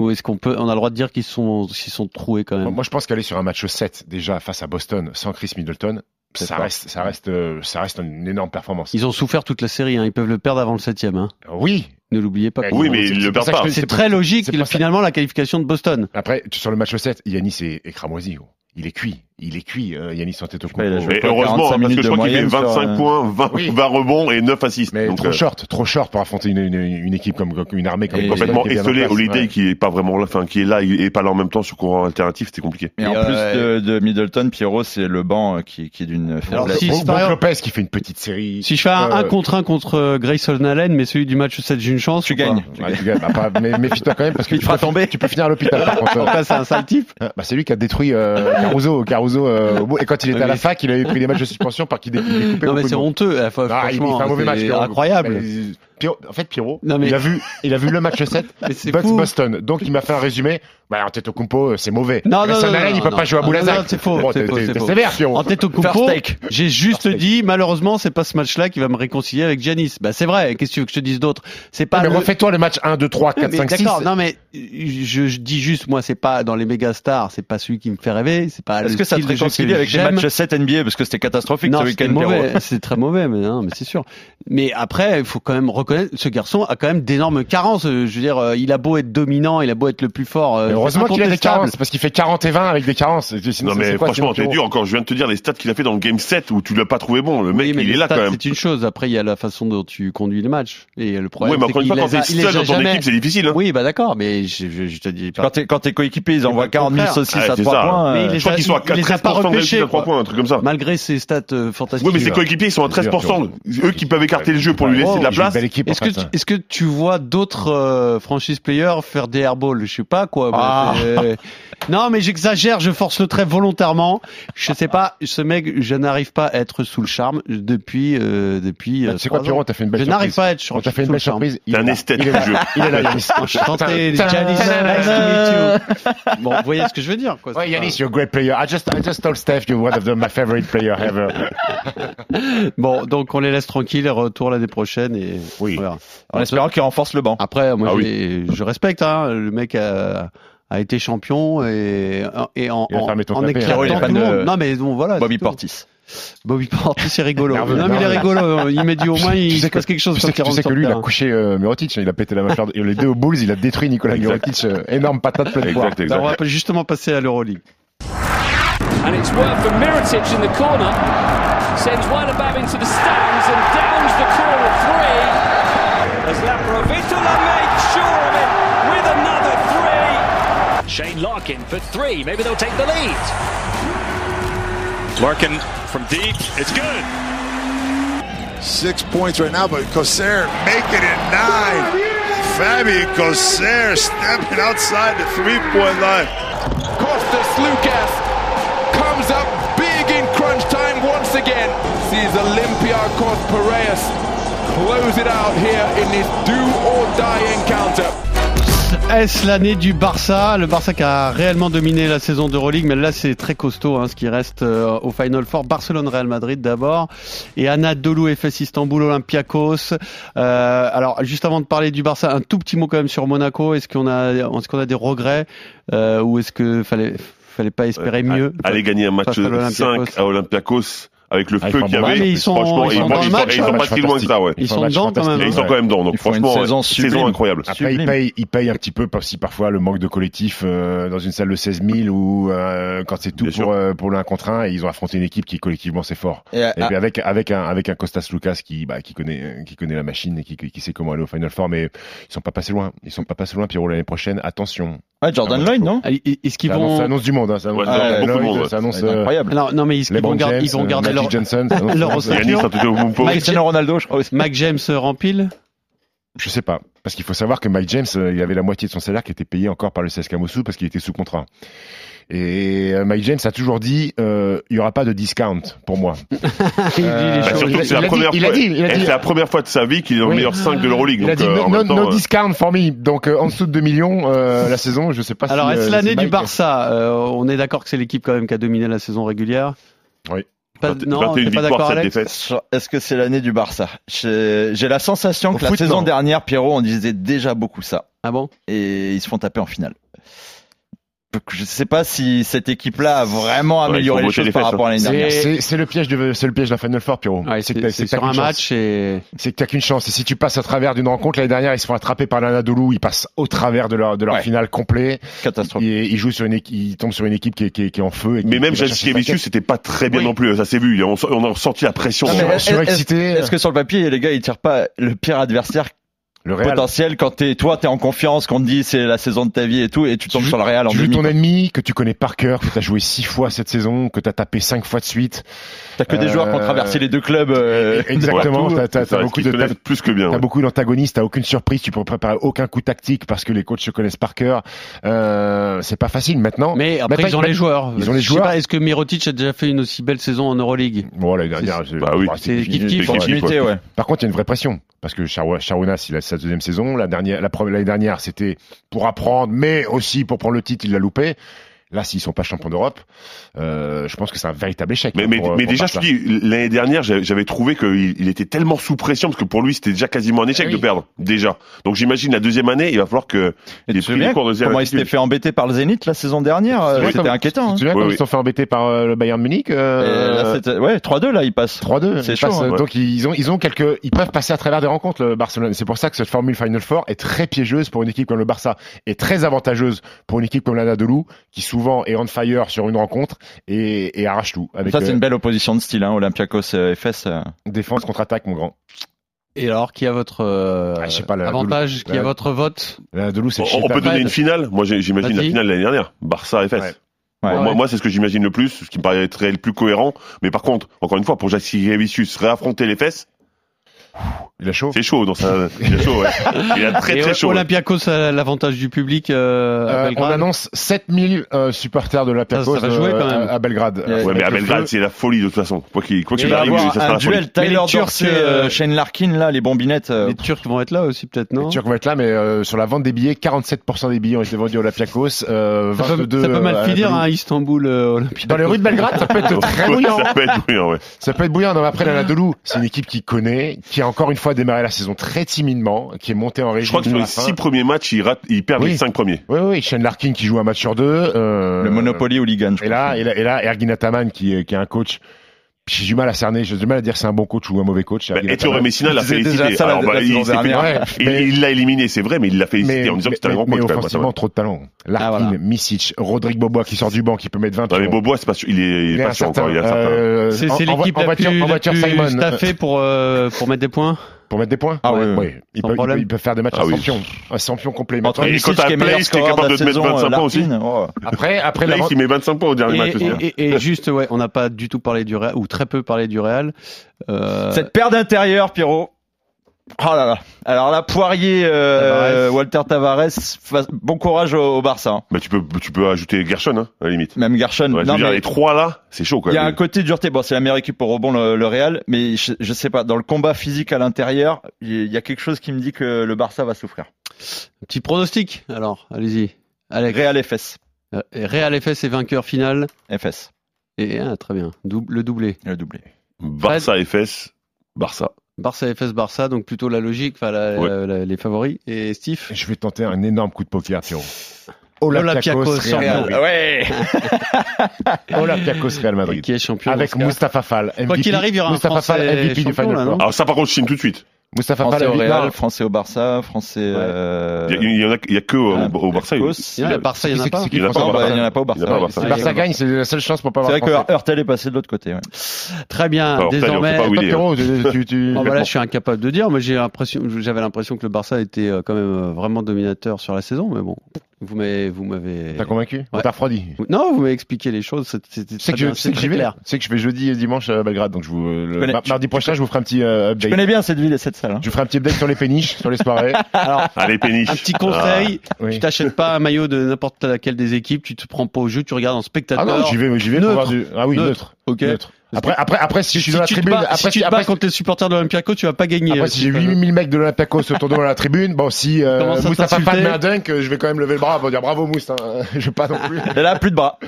Speaker 5: ou est-ce qu'on peut, on a le droit de dire qu'ils sont, s'ils sont troués quand
Speaker 7: Moi,
Speaker 5: même
Speaker 7: moi, je pense qu'aller sur un match 7 déjà face à Boston sans Chris Middleton, ça
Speaker 8: pas.
Speaker 7: reste, ça reste, euh, ça reste une énorme performance. Euh,
Speaker 5: Ils ont souffert toute la série, hein. ils peuvent le perdre avant le septième. Hein.
Speaker 7: Oui.
Speaker 5: Ne l'oubliez pas.
Speaker 7: Mais
Speaker 6: Oui,
Speaker 7: c'est-
Speaker 6: mais
Speaker 7: c'est-
Speaker 6: il
Speaker 7: c'est
Speaker 6: le
Speaker 7: pour
Speaker 6: perd
Speaker 7: ça que
Speaker 6: pas.
Speaker 7: je te dis,
Speaker 5: C'est très logique
Speaker 7: c'est pas ça.
Speaker 5: finalement la qualification de Boston.
Speaker 7: Après, tu- sur le match 7, Yanis est, est cramoisi. gros. Il est cuit. Il est cuit. euh, Yanis Antetokounmpo.
Speaker 8: Ouais, il a joué.
Speaker 6: Mais
Speaker 8: Quoi,
Speaker 6: heureusement,
Speaker 8: 45
Speaker 6: hein, parce que
Speaker 8: minutes
Speaker 6: je
Speaker 8: de
Speaker 6: crois qu'il fait
Speaker 8: moyenne sur,
Speaker 6: 25
Speaker 8: euh,
Speaker 6: points, 20,
Speaker 7: Oui.
Speaker 6: 20 rebonds et 9 assists.
Speaker 7: Mais
Speaker 6: Donc,
Speaker 7: trop
Speaker 6: euh,
Speaker 7: short, trop short pour affronter une, une, une équipe comme comme une armée comme
Speaker 8: Et-
Speaker 6: complètement
Speaker 7: qui est bien en
Speaker 6: esselé.
Speaker 7: place.
Speaker 6: Holiday
Speaker 7: Ouais.
Speaker 6: qui est pas vraiment là, enfin, qui est là et pas là en même temps sur courant alternatif, c'était compliqué.
Speaker 8: Et en plus de, de Middleton, Pierrot, c'est le banc euh, qui, qui est d'une
Speaker 5: Alors,
Speaker 8: faiblesse.
Speaker 5: si-
Speaker 7: Brooke-
Speaker 5: par
Speaker 7: Brooke
Speaker 5: exemple-
Speaker 7: Lopez qui fait une petite série.
Speaker 5: Si je fais un
Speaker 7: Euh,
Speaker 5: 1 contre 1 contre euh, Grayson Allen, mais celui du match 7, j'ai une chance.
Speaker 8: Tu
Speaker 5: ou pas
Speaker 8: gagnes.
Speaker 7: Ouais, tu gagnes. Bah, pas- mais méfie-toi quand même parce que
Speaker 8: Il te
Speaker 7: tu
Speaker 8: fera
Speaker 7: peux-
Speaker 8: tomber.
Speaker 7: Tu peux finir à l'hôpital. par contre. hein.
Speaker 5: Enfin, c'est un sale type.
Speaker 7: Ah, Bah, c'est lui qui a détruit euh, Caruso. Caruso euh, au bout- et quand il était à la
Speaker 5: Oui.
Speaker 7: fac, il avait pris des matchs de suspension par qui dé- il découpait
Speaker 5: Non mais
Speaker 7: beaucoup de
Speaker 5: c'est
Speaker 7: monde.
Speaker 5: honteux. Enfin,
Speaker 7: Ah, il fait
Speaker 5: franchement,
Speaker 7: un mauvais match.
Speaker 5: c'est
Speaker 7: Pierrot.
Speaker 5: incroyable.
Speaker 7: Mais, euh, Pierrot- en fait, Pierrot,
Speaker 5: Non, mais-
Speaker 7: il, a vu, il a vu le match 7,
Speaker 5: Mais c'est
Speaker 7: Bucks
Speaker 5: fou.
Speaker 7: Boston. Donc, il m'a fait un résumé. Bah, Antetokounmpo, euh, c'est mauvais.
Speaker 5: Non, non,
Speaker 7: Grayson
Speaker 5: non,
Speaker 7: Allen,
Speaker 5: non,
Speaker 7: il peut
Speaker 5: non.
Speaker 7: pas jouer à
Speaker 5: Non,
Speaker 7: Boulazac.
Speaker 5: non, non, c'est faux,
Speaker 7: Bon,
Speaker 5: c'est
Speaker 7: t'es-
Speaker 5: faux,
Speaker 7: t'es-
Speaker 5: c'est
Speaker 7: t'es
Speaker 5: faux.
Speaker 7: sévère, Pierrot.
Speaker 5: En tête au
Speaker 8: First
Speaker 5: compo,
Speaker 8: take.
Speaker 5: j'ai juste
Speaker 7: First take.
Speaker 5: dit malheureusement c'est pas ce match-là qui va me réconcilier avec Giannis. Bah c'est vrai. Qu'est-ce que tu veux que je te dise d'autre C'est pas.
Speaker 7: Mais
Speaker 5: le-
Speaker 7: refais-toi le match 1, 2, 3, 4,
Speaker 5: Mais
Speaker 7: 5, 6.
Speaker 5: D'accord. Non mais je, je dis juste moi c'est pas dans les méga stars, c'est pas celui qui me fait rêver, c'est pas.
Speaker 8: Est-ce
Speaker 5: Ah, le
Speaker 8: que ça te
Speaker 5: style de jeu
Speaker 8: réconcilie
Speaker 5: que
Speaker 8: avec les
Speaker 5: j'aime.
Speaker 8: matchs 7 NBA Parce que c'était catastrophique
Speaker 5: Non,
Speaker 8: ce
Speaker 5: c'était
Speaker 8: week-end, Pierrot.
Speaker 5: mauvais. C'est très mauvais, mais non, mais c'est sûr. Mais après, il faut quand même reconnaître, ce garçon a quand même d'énormes carences. Je veux dire, euh, il a beau être dominant, il a beau être le plus fort. euh,
Speaker 7: Mais heureusement qu'il a des carences, parce qu'il fait 40 et 20 avec des carences.
Speaker 6: non, mais quoi, franchement, t'es dur encore. Je viens de te dire les stats qu'il a fait dans le game 7 où tu l'as pas trouvé bon. Le mec,
Speaker 5: Oui, mais
Speaker 6: il
Speaker 5: les
Speaker 6: est là
Speaker 5: stats,
Speaker 6: quand même.
Speaker 5: C'est une chose. Après, il y a la façon dont tu conduis le match. Et le
Speaker 6: Ouais,
Speaker 5: problème,
Speaker 6: mais
Speaker 5: c'est
Speaker 6: encore une
Speaker 5: qu'il
Speaker 6: fois, quand
Speaker 5: les
Speaker 6: t'es
Speaker 5: a- il les a
Speaker 6: seul dans ton
Speaker 5: jamais-
Speaker 6: équipe, c'est difficile, hein.
Speaker 5: Oui, bah d'accord, mais je, je- je te dis pas.
Speaker 8: Quand t'es quand t'es coéquipier, ils envoient
Speaker 5: pas le
Speaker 8: 40 000
Speaker 5: contraire.
Speaker 8: saucisses
Speaker 6: Ouais,
Speaker 8: à
Speaker 6: c'est
Speaker 8: 3
Speaker 6: ça.
Speaker 8: points.
Speaker 5: Mais
Speaker 8: euh,
Speaker 5: il les
Speaker 6: Je crois
Speaker 5: a-
Speaker 6: qu'ils sont à
Speaker 5: il- il les a
Speaker 6: 13%
Speaker 5: pas
Speaker 6: de réussite
Speaker 5: repêchés,
Speaker 6: à trois
Speaker 5: quoi.
Speaker 6: points, un truc comme ça.
Speaker 5: Malgré ses stats euh, fantastiques.
Speaker 6: Oui, mais ses
Speaker 7: dur.
Speaker 6: coéquipiers, ils sont à
Speaker 7: C'est dur,
Speaker 6: 13%.
Speaker 7: dur.
Speaker 6: Eux qui peuvent écarter le jeu pour lui laisser de la
Speaker 7: Il joue une
Speaker 6: place.
Speaker 7: belle équipe, en
Speaker 5: Est-ce que,
Speaker 7: fait.
Speaker 5: tu- est-ce que tu vois d'autres euh, franchise players faire des airballs Je sais pas quoi. moi,
Speaker 8: Ah.
Speaker 5: c'est- non, mais j'exagère, je force le trait volontairement. Je sais pas, ce mec, je n'arrive pas à être sous le charme depuis euh, depuis. euh,
Speaker 7: C'est Bah,
Speaker 5: trois
Speaker 7: quoi,
Speaker 5: ans.
Speaker 7: Pierrot T'as fait une belle
Speaker 5: Je
Speaker 7: surprise.
Speaker 5: n'arrive pas à être sur-
Speaker 7: On t'a fait une
Speaker 5: sous le
Speaker 7: belle
Speaker 5: charme.
Speaker 7: surprise. Il
Speaker 6: T'es
Speaker 7: est
Speaker 6: un
Speaker 7: là.
Speaker 6: esthète
Speaker 7: Il
Speaker 6: du
Speaker 7: est là.
Speaker 6: jeu.
Speaker 7: Il est là, Yanis.
Speaker 5: Je tentais les
Speaker 7: Tain,
Speaker 5: Jalis.
Speaker 7: tain,
Speaker 5: Nice to meet you. Bon, vous voyez ce que je veux dire quoi.
Speaker 7: Ouais, Yanis, you're a great player. I just, I just told Steph you're one of the, my favorite player ever.
Speaker 5: Bon, donc on les laisse tranquilles, retour l'année prochaine et
Speaker 7: Oui.
Speaker 5: on verra.
Speaker 8: En espérant qu'ils renforcent le banc.
Speaker 5: Après, moi,
Speaker 6: Ah oui.
Speaker 5: j'ai- je respecte. Hein, le mec a, a été champion et, et en,
Speaker 7: Il a
Speaker 5: en,
Speaker 7: fermé ton
Speaker 5: en
Speaker 7: clapet,
Speaker 5: éclatant
Speaker 8: hein. Il est
Speaker 5: tout
Speaker 8: fan
Speaker 5: le
Speaker 8: de-
Speaker 5: monde. Non, mais bon, voilà.
Speaker 8: Bobby
Speaker 5: c'est tout.
Speaker 8: Portis.
Speaker 5: Bobby Portis, c'est rigolo.
Speaker 7: Nerveux,
Speaker 5: non, mais il est
Speaker 7: nerveux.
Speaker 5: rigolo. Il met du au moins, il
Speaker 7: Tu
Speaker 5: se
Speaker 7: sais
Speaker 5: passe quelque chose
Speaker 7: tu sais,
Speaker 5: quand il
Speaker 7: que- tu
Speaker 5: rentre
Speaker 7: sais que
Speaker 5: sur
Speaker 7: lui, il a
Speaker 5: terrain.
Speaker 7: couché euh, Mirotic, hein, il a pété la mâchoire. de- Les deux aux Bulls, il a détruit Nicolas Mirotic. euh, énorme patate pleine de poire.
Speaker 6: Exact,
Speaker 5: Alors, on
Speaker 6: exact.
Speaker 5: va justement passer à l'Euroleague.
Speaker 1: And it's worked for Miritich in the corner. Sends Weinabab into the stands and downs the corner three. As Laprovitola makes sure of it with another three. Shane Larkin for three. Maybe they'll take the lead.
Speaker 10: Larkin from deep. It's good.
Speaker 9: Six points right now, but Cosair making it nine. Fabian Cosair stepping outside the three-point line.
Speaker 11: Costas Lucas comes up big in crunch time once again. Sees Olympiacos Piraeus close it out here in this do or die encounter.
Speaker 5: Est-ce l'année du Barça Le Barça qui a réellement dominé la saison d'Euroleague, mais là c'est très costaud hein, ce qui reste euh, au Final Four. Barcelone-Real Madrid d'abord, et Anadolu FS Istanbul Olympiakos. Euh, alors juste avant de parler du Barça, un tout petit mot quand même sur Monaco. Est-ce qu'on a, est-ce qu'on a des regrets euh, ou est-ce que fallait, fallait pas espérer mieux
Speaker 6: Aller Euh, gagner un match
Speaker 5: Face à l'Olympiakos.
Speaker 6: 5 à Olympiakos avec le
Speaker 7: Ah, ils
Speaker 6: feu
Speaker 7: font
Speaker 6: qu'il y
Speaker 7: bon
Speaker 5: match. Ouais, mais
Speaker 6: avait.
Speaker 5: ils sont-
Speaker 6: Franchement,
Speaker 5: ils
Speaker 6: ils
Speaker 5: sont dans le
Speaker 6: sont-
Speaker 5: match,
Speaker 6: ils sont pas si loin que ça, ouais.
Speaker 5: Ils
Speaker 7: Ils font
Speaker 5: sont
Speaker 7: un match
Speaker 5: dedans quand même.
Speaker 7: fantastique.
Speaker 6: Et
Speaker 5: hein.
Speaker 6: ils sont quand même dedans. Donc,
Speaker 8: Ils font une
Speaker 6: franchement, ouais,
Speaker 8: saison sublime.
Speaker 6: saison incroyable.
Speaker 7: Après, il
Speaker 8: Sublime.
Speaker 7: paye, il paye un petit peu aussi parfois le manque de collectif euh, dans une salle de 16 000 ou euh, quand c'est tout
Speaker 6: Bien sûr.
Speaker 7: pour, euh, pour l'un contre un et ils ont affronté une équipe qui collectivement c'est fort.
Speaker 8: Et, euh,
Speaker 7: Et
Speaker 6: Ah.
Speaker 7: puis avec avec un avec un Costas Lucas qui bah, qui connaît qui connaît la machine et qui, qui sait comment aller au final four mais ils sont pas passés loin ils sont pas passés loin Pierrot l'année prochaine attention
Speaker 8: ouais, Jordan
Speaker 7: Ah,
Speaker 8: Lloyd, non
Speaker 5: Ah, Est-ce qu'ils
Speaker 7: ça, annonce, ça
Speaker 5: vont
Speaker 7: annonce du monde hein, ça annonce
Speaker 6: Ouais, ça
Speaker 8: annonce
Speaker 7: Lloyd,
Speaker 6: beaucoup de monde, ouais.
Speaker 7: ça annonce
Speaker 8: C'est
Speaker 7: euh,
Speaker 8: incroyable.
Speaker 5: non, non mais ils, ils
Speaker 7: LeBron
Speaker 5: vont garder,
Speaker 7: James,
Speaker 5: ils vont
Speaker 7: euh,
Speaker 5: garder
Speaker 7: Magic
Speaker 5: leur
Speaker 7: Johnson, ça annonce-
Speaker 5: leur roster.
Speaker 6: Yanis, un Antetokounmpo.
Speaker 5: Mike-
Speaker 8: Cristiano Ronaldo, je crois. aussi.
Speaker 5: Mac James euh, se rempile.
Speaker 7: je sais pas parce qu'il faut savoir que Mike James euh, il avait la moitié de son salaire qui était payé encore par le CSKA Moscou parce qu'il était sous contrat et euh, Mike James a toujours dit euh, il y aura pas de discount pour moi
Speaker 5: Il dit,
Speaker 7: Euh,
Speaker 5: il est
Speaker 6: Bah,
Speaker 5: chaud.
Speaker 6: surtout
Speaker 7: il
Speaker 6: que
Speaker 7: a-
Speaker 6: c'est
Speaker 7: il
Speaker 6: la
Speaker 7: a dit-
Speaker 6: première
Speaker 7: il a
Speaker 6: fois.
Speaker 7: dit-
Speaker 6: et
Speaker 7: il a
Speaker 6: Eh, C'est
Speaker 7: dit-
Speaker 6: la première fois de sa vie qu'il est dans
Speaker 7: Oui.
Speaker 6: le meilleur 5 de l'Euroleague.
Speaker 7: il a
Speaker 6: Donc,
Speaker 7: dit
Speaker 6: euh, en
Speaker 7: no, no,
Speaker 6: même temps,
Speaker 7: no
Speaker 6: euh,
Speaker 7: discount for me donc euh, en dessous de 2 millions euh, la saison je sais pas
Speaker 5: Alors,
Speaker 7: si, euh,
Speaker 5: est-ce
Speaker 7: si
Speaker 5: l'année du
Speaker 7: Mike-
Speaker 5: Barça Euh, On est d'accord que c'est l'équipe quand même qui a dominé la saison régulière.
Speaker 7: Oui.
Speaker 5: Pas,
Speaker 6: 21
Speaker 5: non, t'es pas
Speaker 6: victoires,
Speaker 5: d'accord,
Speaker 6: 7
Speaker 5: Alex
Speaker 6: défaites.
Speaker 8: Sur- Est-ce que c'est l'année du Barça J'ai j'ai la sensation
Speaker 7: Au
Speaker 8: que la
Speaker 7: foot,
Speaker 8: saison
Speaker 7: non.
Speaker 8: dernière, Pierrot, on disait déjà beaucoup ça.
Speaker 5: Ah bon
Speaker 8: Et ils se font taper en finale. Donc, je sais pas si cette équipe-là a vraiment
Speaker 6: Ouais,
Speaker 8: amélioré
Speaker 6: ils
Speaker 8: les
Speaker 6: font
Speaker 8: hein.
Speaker 6: botter
Speaker 8: choses
Speaker 6: les
Speaker 8: par
Speaker 6: fesses,
Speaker 8: rapport à l'année
Speaker 7: C'est-
Speaker 8: dernière.
Speaker 7: C'est c'est le piège de c'est le piège de la Final Four, Pierrot.
Speaker 5: Ouais,
Speaker 7: c'est que t'as-
Speaker 5: C'est c'est
Speaker 7: c'est que t'as
Speaker 5: sur
Speaker 7: qu'une
Speaker 5: un
Speaker 7: chance.
Speaker 5: match et
Speaker 7: C'est que t'as qu'une chance. Et si tu passes à travers d'une rencontre l'année dernière, ils se font attraper par l'Anadolu, ils passent au travers de leur de leur
Speaker 8: Ouais.
Speaker 7: finale complet.
Speaker 8: Catastrophe.
Speaker 7: Et ils jouent sur une équi- ils tombent sur une équipe qui est, qui est, qui est en feu. Et qui-
Speaker 6: Mais même
Speaker 7: qui va chercher sa
Speaker 6: Jaskiewicz,
Speaker 7: tête.
Speaker 6: c'était pas très bien
Speaker 8: Oui.
Speaker 6: non plus. Ça s'est vu. Il a- On s- on a ressenti la pression.
Speaker 8: Non,
Speaker 7: sur-
Speaker 8: mais est- est-
Speaker 7: surexcité.
Speaker 8: Est-ce que sur le papier, les gars, ils tirent pas le pire adversaire
Speaker 7: le Real.
Speaker 8: potentiel quand t'es, toi, t'es en confiance, qu'on te dit c'est la saison de ta vie et tout, et tu tombes
Speaker 7: joues-
Speaker 8: sur le Real en
Speaker 7: Tu joues
Speaker 8: demi.
Speaker 7: ton ennemi que tu connais par cœur, que t'as joué six fois cette saison, que t'as tapé cinq fois de suite.
Speaker 8: T'as que des
Speaker 7: Euh,
Speaker 8: joueurs qui ont traversé les deux clubs. euh,
Speaker 7: Exactement. T'as- T'as
Speaker 6: Ça,
Speaker 7: t'as
Speaker 6: ils
Speaker 7: beaucoup de
Speaker 6: connaissent
Speaker 7: t'as-
Speaker 6: plus que bien.
Speaker 7: T'as
Speaker 6: ouais.
Speaker 7: beaucoup d'antagonistes, t'as aucune surprise, tu peux préparer aucun coup tactique parce que les coachs se connaissent par cœur. Euh, c'est pas facile maintenant.
Speaker 5: mais après
Speaker 7: Maintenant,
Speaker 5: ils ont les joueurs.
Speaker 7: Ils ont les
Speaker 5: Je sais
Speaker 7: joueurs.
Speaker 5: pas, Est-ce que Mirotic a déjà fait une aussi belle saison en Euroleague
Speaker 7: Bon, l'année dernière, je-
Speaker 6: Bah oui.
Speaker 7: bah,
Speaker 5: C'est kiff-kiff.
Speaker 7: c'était-
Speaker 6: Des
Speaker 7: Ouais.
Speaker 6: kiff-kiff,
Speaker 8: continuité, ouais.
Speaker 7: Par contre, il y a une vraie pression parce que Char- Charounas, il a sa deuxième saison. La dernière, la première, l'année dernière, c'était pour apprendre, mais aussi pour prendre le titre, il l'a loupé. Là, s'ils sont pas champions d'Europe, euh, je pense que c'est un véritable échec.
Speaker 6: Mais,
Speaker 7: hein,
Speaker 6: mais,
Speaker 7: pour-
Speaker 6: mais
Speaker 7: pour
Speaker 6: déjà, je
Speaker 7: Barça.
Speaker 6: te dis, l'année dernière, j'avais j'avais trouvé qu'il il était tellement sous pression, parce que pour lui, c'était déjà quasiment un échec
Speaker 7: Eh
Speaker 6: de
Speaker 7: oui.
Speaker 6: perdre, déjà. Donc j'imagine, la deuxième année, il va falloir que...
Speaker 8: Et
Speaker 6: il ait
Speaker 8: tu te
Speaker 6: pris
Speaker 8: souviens
Speaker 6: les cours de zéro
Speaker 8: comment il
Speaker 6: altitude.
Speaker 8: s'était fait embêter par le Zénith la saison dernière euh,
Speaker 7: Tu te souviens
Speaker 8: C'était
Speaker 7: comment-
Speaker 8: inquiétant.
Speaker 7: Tu
Speaker 8: hein.
Speaker 7: te souviens
Speaker 6: Oui,
Speaker 7: quand
Speaker 6: oui.
Speaker 7: ils se sont fait embêter par euh, le Bayern Munich
Speaker 8: Et
Speaker 7: euh,
Speaker 8: là, c'était- ouais, 3-2 là, il passe.
Speaker 7: 3-2.
Speaker 8: C'est
Speaker 7: ils
Speaker 8: chaud.
Speaker 7: passent, euh,
Speaker 8: hein.
Speaker 7: Donc ils ont ils ont quelques ils peuvent passer à travers des rencontres le Barcelone. C'est pour ça que cette formule Final Four est très piégeuse pour une équipe comme le Barça et très avantageuse pour une équipe comme l'Anadolu qui souvent est on fire sur une rencontre et, et arrache tout avec
Speaker 8: Ça, c'est
Speaker 7: euh,
Speaker 8: une belle opposition de style, hein, Olympiakos euh, FS. euh.
Speaker 7: défense contre attaque mon grand.
Speaker 5: Et alors, qui a votre euh,
Speaker 7: Ah, je sais pas, la-
Speaker 5: avantage, qui a
Speaker 7: la-
Speaker 5: votre vote
Speaker 7: L'Anadolu c'est
Speaker 6: On-
Speaker 7: le
Speaker 6: On,
Speaker 7: Chita.
Speaker 6: peut donner
Speaker 5: Fred.
Speaker 6: une finale Moi, j'ai- j'imagine la
Speaker 5: Vas-y.
Speaker 6: finale de l'année dernière. Barça FS.
Speaker 7: Ouais.
Speaker 8: Ouais.
Speaker 6: Moi, moi, c'est ce que j'imagine le plus, ce qui me paraîtrait le plus cohérent. Mais par contre, encore une fois, pour Jassirevicius, réaffronter les fesses,
Speaker 7: Il a chaud.
Speaker 6: c'est chaud dans sa... Il a chaud, ouais. Il a très
Speaker 5: Et
Speaker 6: très
Speaker 5: O-
Speaker 6: chaud. ouais.
Speaker 5: Olympiakos a l'avantage du public euh, à
Speaker 7: Euh, on
Speaker 5: Belgrade.
Speaker 7: annonce 7000 euh, supporters de la
Speaker 5: Ça,
Speaker 7: euh,
Speaker 5: ça va jouer, quand même.
Speaker 7: à, à Belgrade.
Speaker 6: Ouais,
Speaker 8: Ouais,
Speaker 7: Avec
Speaker 6: mais à
Speaker 7: le
Speaker 6: Belgrade,
Speaker 7: feu.
Speaker 6: c'est la folie de toute façon. Quoi qu'il quoi
Speaker 8: Il
Speaker 6: qu'il
Speaker 8: va
Speaker 6: arrive, ça
Speaker 8: avoir
Speaker 6: sera
Speaker 8: un
Speaker 6: la folie.
Speaker 8: duel Tyler
Speaker 5: Turcs,
Speaker 8: Dorsey,
Speaker 5: euh,
Speaker 8: euh, Shane Larkin là, les bombinettes. euh,
Speaker 5: Les Turcs vont être là aussi, peut-être, non
Speaker 7: Les Turcs vont être là, mais euh, sur la vente des billets, 47% des billets ont été vendus au Olympiakos. Euh,
Speaker 5: ça, peut,
Speaker 7: 22,
Speaker 5: ça peut
Speaker 7: euh, à
Speaker 5: mal finir,
Speaker 7: Anadolu.
Speaker 5: hein, Istanbul, euh, Olympiakos.
Speaker 7: Dans les rues de Belgrade, ça peut être très bouillant.
Speaker 6: Ça peut être brillant, ouais.
Speaker 7: Ça peut être bouillant. Non, mais après, l'Anadolu, c'est une équipe qui connaît, qui a encore une fois démarré la saison très timidement, qui est montée en régime.
Speaker 6: Je crois que
Speaker 7: sur
Speaker 6: sur
Speaker 7: la
Speaker 6: les
Speaker 7: fin.
Speaker 6: six premiers matchs, ils, ratent, ils perdent
Speaker 7: Oui.
Speaker 6: les cinq premiers.
Speaker 7: Oui, oui, Shane Larkin qui joue un match sur deux. euh,
Speaker 8: le Monopoly Hooligan. je
Speaker 7: Et
Speaker 8: pense.
Speaker 7: là, et là, et là, Ergin Ataman qui, est- qui est un coach. J'ai du mal à cerner, j'ai du mal à dire c'est un bon coach ou un mauvais coach.
Speaker 6: Bah,
Speaker 7: Ergin
Speaker 6: Ettore
Speaker 7: Ataman.
Speaker 6: Messina l'a
Speaker 8: Ils faisaient déjà
Speaker 6: félicité.
Speaker 8: ça la-
Speaker 6: Alors,
Speaker 8: la
Speaker 6: bah,
Speaker 8: saison
Speaker 6: il s'est fait-
Speaker 8: dernière.
Speaker 7: Ouais,
Speaker 6: il-
Speaker 7: mais-
Speaker 6: il l'a éliminé, c'est vrai, mais il l'a félicité
Speaker 7: mais,
Speaker 6: en disant que c'était un
Speaker 7: mais-
Speaker 6: grand
Speaker 7: mais
Speaker 6: coach. quand même,
Speaker 7: offensivement,
Speaker 6: Ataman.
Speaker 7: trop de talent. Larkin,
Speaker 8: Ah, voilà.
Speaker 7: Misic, Rodrigue Bobois qui sort du banc, qui peut mettre 20
Speaker 6: Non, mais Bobo, c'est pas sûr, il est, il est pas sûr encore. Il est incertain.
Speaker 7: Euh,
Speaker 5: C'est
Speaker 7: en-
Speaker 5: c'est
Speaker 7: en-
Speaker 5: l'équipe
Speaker 7: en
Speaker 5: la
Speaker 7: voiture-
Speaker 5: plus, la
Speaker 7: en voiture
Speaker 5: plus
Speaker 7: Simon.
Speaker 5: staffée pour, euh, pour mettre des points.
Speaker 7: Pour mettre des points
Speaker 8: Ah ouais,
Speaker 7: Oui,
Speaker 8: ouais.
Speaker 7: ils
Speaker 5: Sans
Speaker 7: peuvent, ils
Speaker 5: problème.
Speaker 7: peuvent- ils peuvent faire des matchs
Speaker 6: Ah oui.
Speaker 7: champions. Un champion complet.
Speaker 8: Entre
Speaker 6: Et
Speaker 8: Misic,
Speaker 6: quand t'as
Speaker 8: qui est
Speaker 6: un
Speaker 8: meilleur
Speaker 6: place qui est
Speaker 8: scoreur
Speaker 6: capable de
Speaker 8: la
Speaker 6: te mettre
Speaker 8: saison,
Speaker 6: 25 points aussi.
Speaker 8: Larkin, oh.
Speaker 7: Après, après
Speaker 6: Là,
Speaker 7: la
Speaker 6: il met 25 points au dernier match aussi.
Speaker 5: Et,
Speaker 6: hein.
Speaker 5: et- et- et juste, ouais, on n'a pas du tout parlé du Real, ou très peu parlé du Real. Euh,
Speaker 8: Cette paire d'intérieur, Pierrot. Oh là là. Alors là, Poirier, euh,
Speaker 5: Tavares.
Speaker 8: Walter Tavares, fa- bon courage au, au Barça. hein.
Speaker 6: Bah, tu peux, tu peux ajouter Gershon, hein, à la limite.
Speaker 8: Même Gershon.
Speaker 6: Ouais, je
Speaker 8: Non,
Speaker 6: veux dire,
Speaker 8: mais
Speaker 6: les trois là, c'est chaud quand
Speaker 8: il y a
Speaker 6: même.
Speaker 8: un côté dureté. Bon, c'est la meilleure équipe au rebond, le, le Real. Mais je, je sais pas, dans le combat physique à l'intérieur, il y a quelque chose qui me dit que le Barça va souffrir.
Speaker 5: Petit pronostic, alors, allez-y. Alex.
Speaker 8: Real FS.
Speaker 5: Euh, Real FS est vainqueur final.
Speaker 8: FS.
Speaker 5: Et ah, très bien, Dou- le doublé.
Speaker 8: Le doublé.
Speaker 6: Barça FS, Barça.
Speaker 5: Barça FS Barça, donc plutôt la logique, enfin la-
Speaker 6: Ouais.
Speaker 5: la- la- les favoris. Et Steve
Speaker 7: Je vais tenter un énorme coup de poker, Pierrot.
Speaker 5: Olympiakos,
Speaker 7: Real
Speaker 5: champion.
Speaker 7: Madrid.
Speaker 6: Ah
Speaker 8: Ouais.
Speaker 7: Olympiakos Real
Speaker 5: Et
Speaker 7: Madrid.
Speaker 5: qui est champion
Speaker 7: Avec
Speaker 5: Oscar.
Speaker 7: Mustafa Fall, MVP.
Speaker 5: qu'il arrive, il y aura un
Speaker 7: Mustafa Fall,
Speaker 5: Français
Speaker 7: MVP du
Speaker 5: champion,
Speaker 7: Final
Speaker 5: là,
Speaker 7: Four.
Speaker 5: non
Speaker 6: Alors ça, par contre, je signe tout de suite.
Speaker 7: Mustafa Fall,
Speaker 8: Français au
Speaker 7: MVP.
Speaker 8: Real, français au Barça, français. euh,
Speaker 6: Il y a- Il y, en a, il y a que euh, au,
Speaker 8: Ah,
Speaker 6: au Barça. il-
Speaker 8: Olympiakos.
Speaker 5: Il y en a, Barça, il n'y en a
Speaker 7: C'est-
Speaker 5: pas.
Speaker 7: c'est qui
Speaker 6: Il y en a
Speaker 7: Français
Speaker 8: Non,
Speaker 6: pas,
Speaker 8: bah,
Speaker 7: Barça
Speaker 8: il n'y en a pas au Barça.
Speaker 6: Il y en a pas au
Speaker 8: ouais.
Speaker 6: Barça.
Speaker 7: Si le Barça gagne, c'est la seule chance pour pas
Speaker 8: C'est
Speaker 7: avoir
Speaker 8: vrai
Speaker 7: Français.
Speaker 8: que Hurtel est passé de l'autre côté. ouais.
Speaker 5: Très bien,
Speaker 6: Alors, Taylor,
Speaker 5: désormais.
Speaker 6: c'est pas Willy,
Speaker 7: Toi, Pierrot, tu- tu- tu-
Speaker 5: Bon, voilà, Ah, bah je suis incapable de dire, mais j'ai l'impression, j'avais l'impression que le Barça était euh, quand même euh, vraiment dominateur sur la saison, mais bon, vous m'avez, vous m'avez.
Speaker 7: T'as convaincu
Speaker 5: Ouais.
Speaker 7: T'as refroidi
Speaker 5: Vous- Non, vous m'avez expliqué les choses. c'est- C'était
Speaker 7: Tu
Speaker 5: très
Speaker 7: sais que, je-
Speaker 5: bien,
Speaker 7: tu sais
Speaker 5: c'est
Speaker 7: que j'y
Speaker 5: très
Speaker 7: vais. Tu
Speaker 5: clair.
Speaker 7: sais que je vais jeudi et dimanche à Belgrade, donc je vous le
Speaker 8: connais-
Speaker 7: mar-
Speaker 8: tu-
Speaker 7: mardi prochain, je vous ferai un petit euh,
Speaker 8: Je
Speaker 7: update.
Speaker 8: connais bien cette ville et cette salle. hein.
Speaker 7: Je vous ferai un petit update sur les péniches, sur les soirées.
Speaker 6: Allez, péniche. Ah.
Speaker 5: Un petit conseil,
Speaker 7: Ah, Oui.
Speaker 5: tu t'achètes pas un maillot de n'importe laquelle des équipes, tu te prends pas au jeu, tu regardes en spectateur.
Speaker 7: Ah non, j'y vais, j'y vais
Speaker 5: Neutre.
Speaker 7: pour voir du. Ah oui, neutre.
Speaker 5: Ok.
Speaker 7: Neutre. Après, après, après, si je suis
Speaker 5: si
Speaker 7: dans la
Speaker 5: tu te
Speaker 7: tribune,
Speaker 5: bats- si
Speaker 7: après,
Speaker 5: tu
Speaker 7: si,
Speaker 5: te bats
Speaker 7: après,
Speaker 5: contre les supporters de l'Olympiaco, tu vas pas gagner.
Speaker 7: après,
Speaker 5: euh,
Speaker 7: si
Speaker 5: si
Speaker 7: j'ai
Speaker 5: tu fais-
Speaker 7: 8000 mecs de l'Olympiakos autour de moi à la tribune, bon, si, euh,
Speaker 5: Commence à
Speaker 7: Moustapha Fall
Speaker 5: t'insulter.
Speaker 7: met un dunk, euh, je vais quand même lever le bras pour dire bravo Mousse, hein. Je vais pas non plus.
Speaker 8: Et là, plus de bras.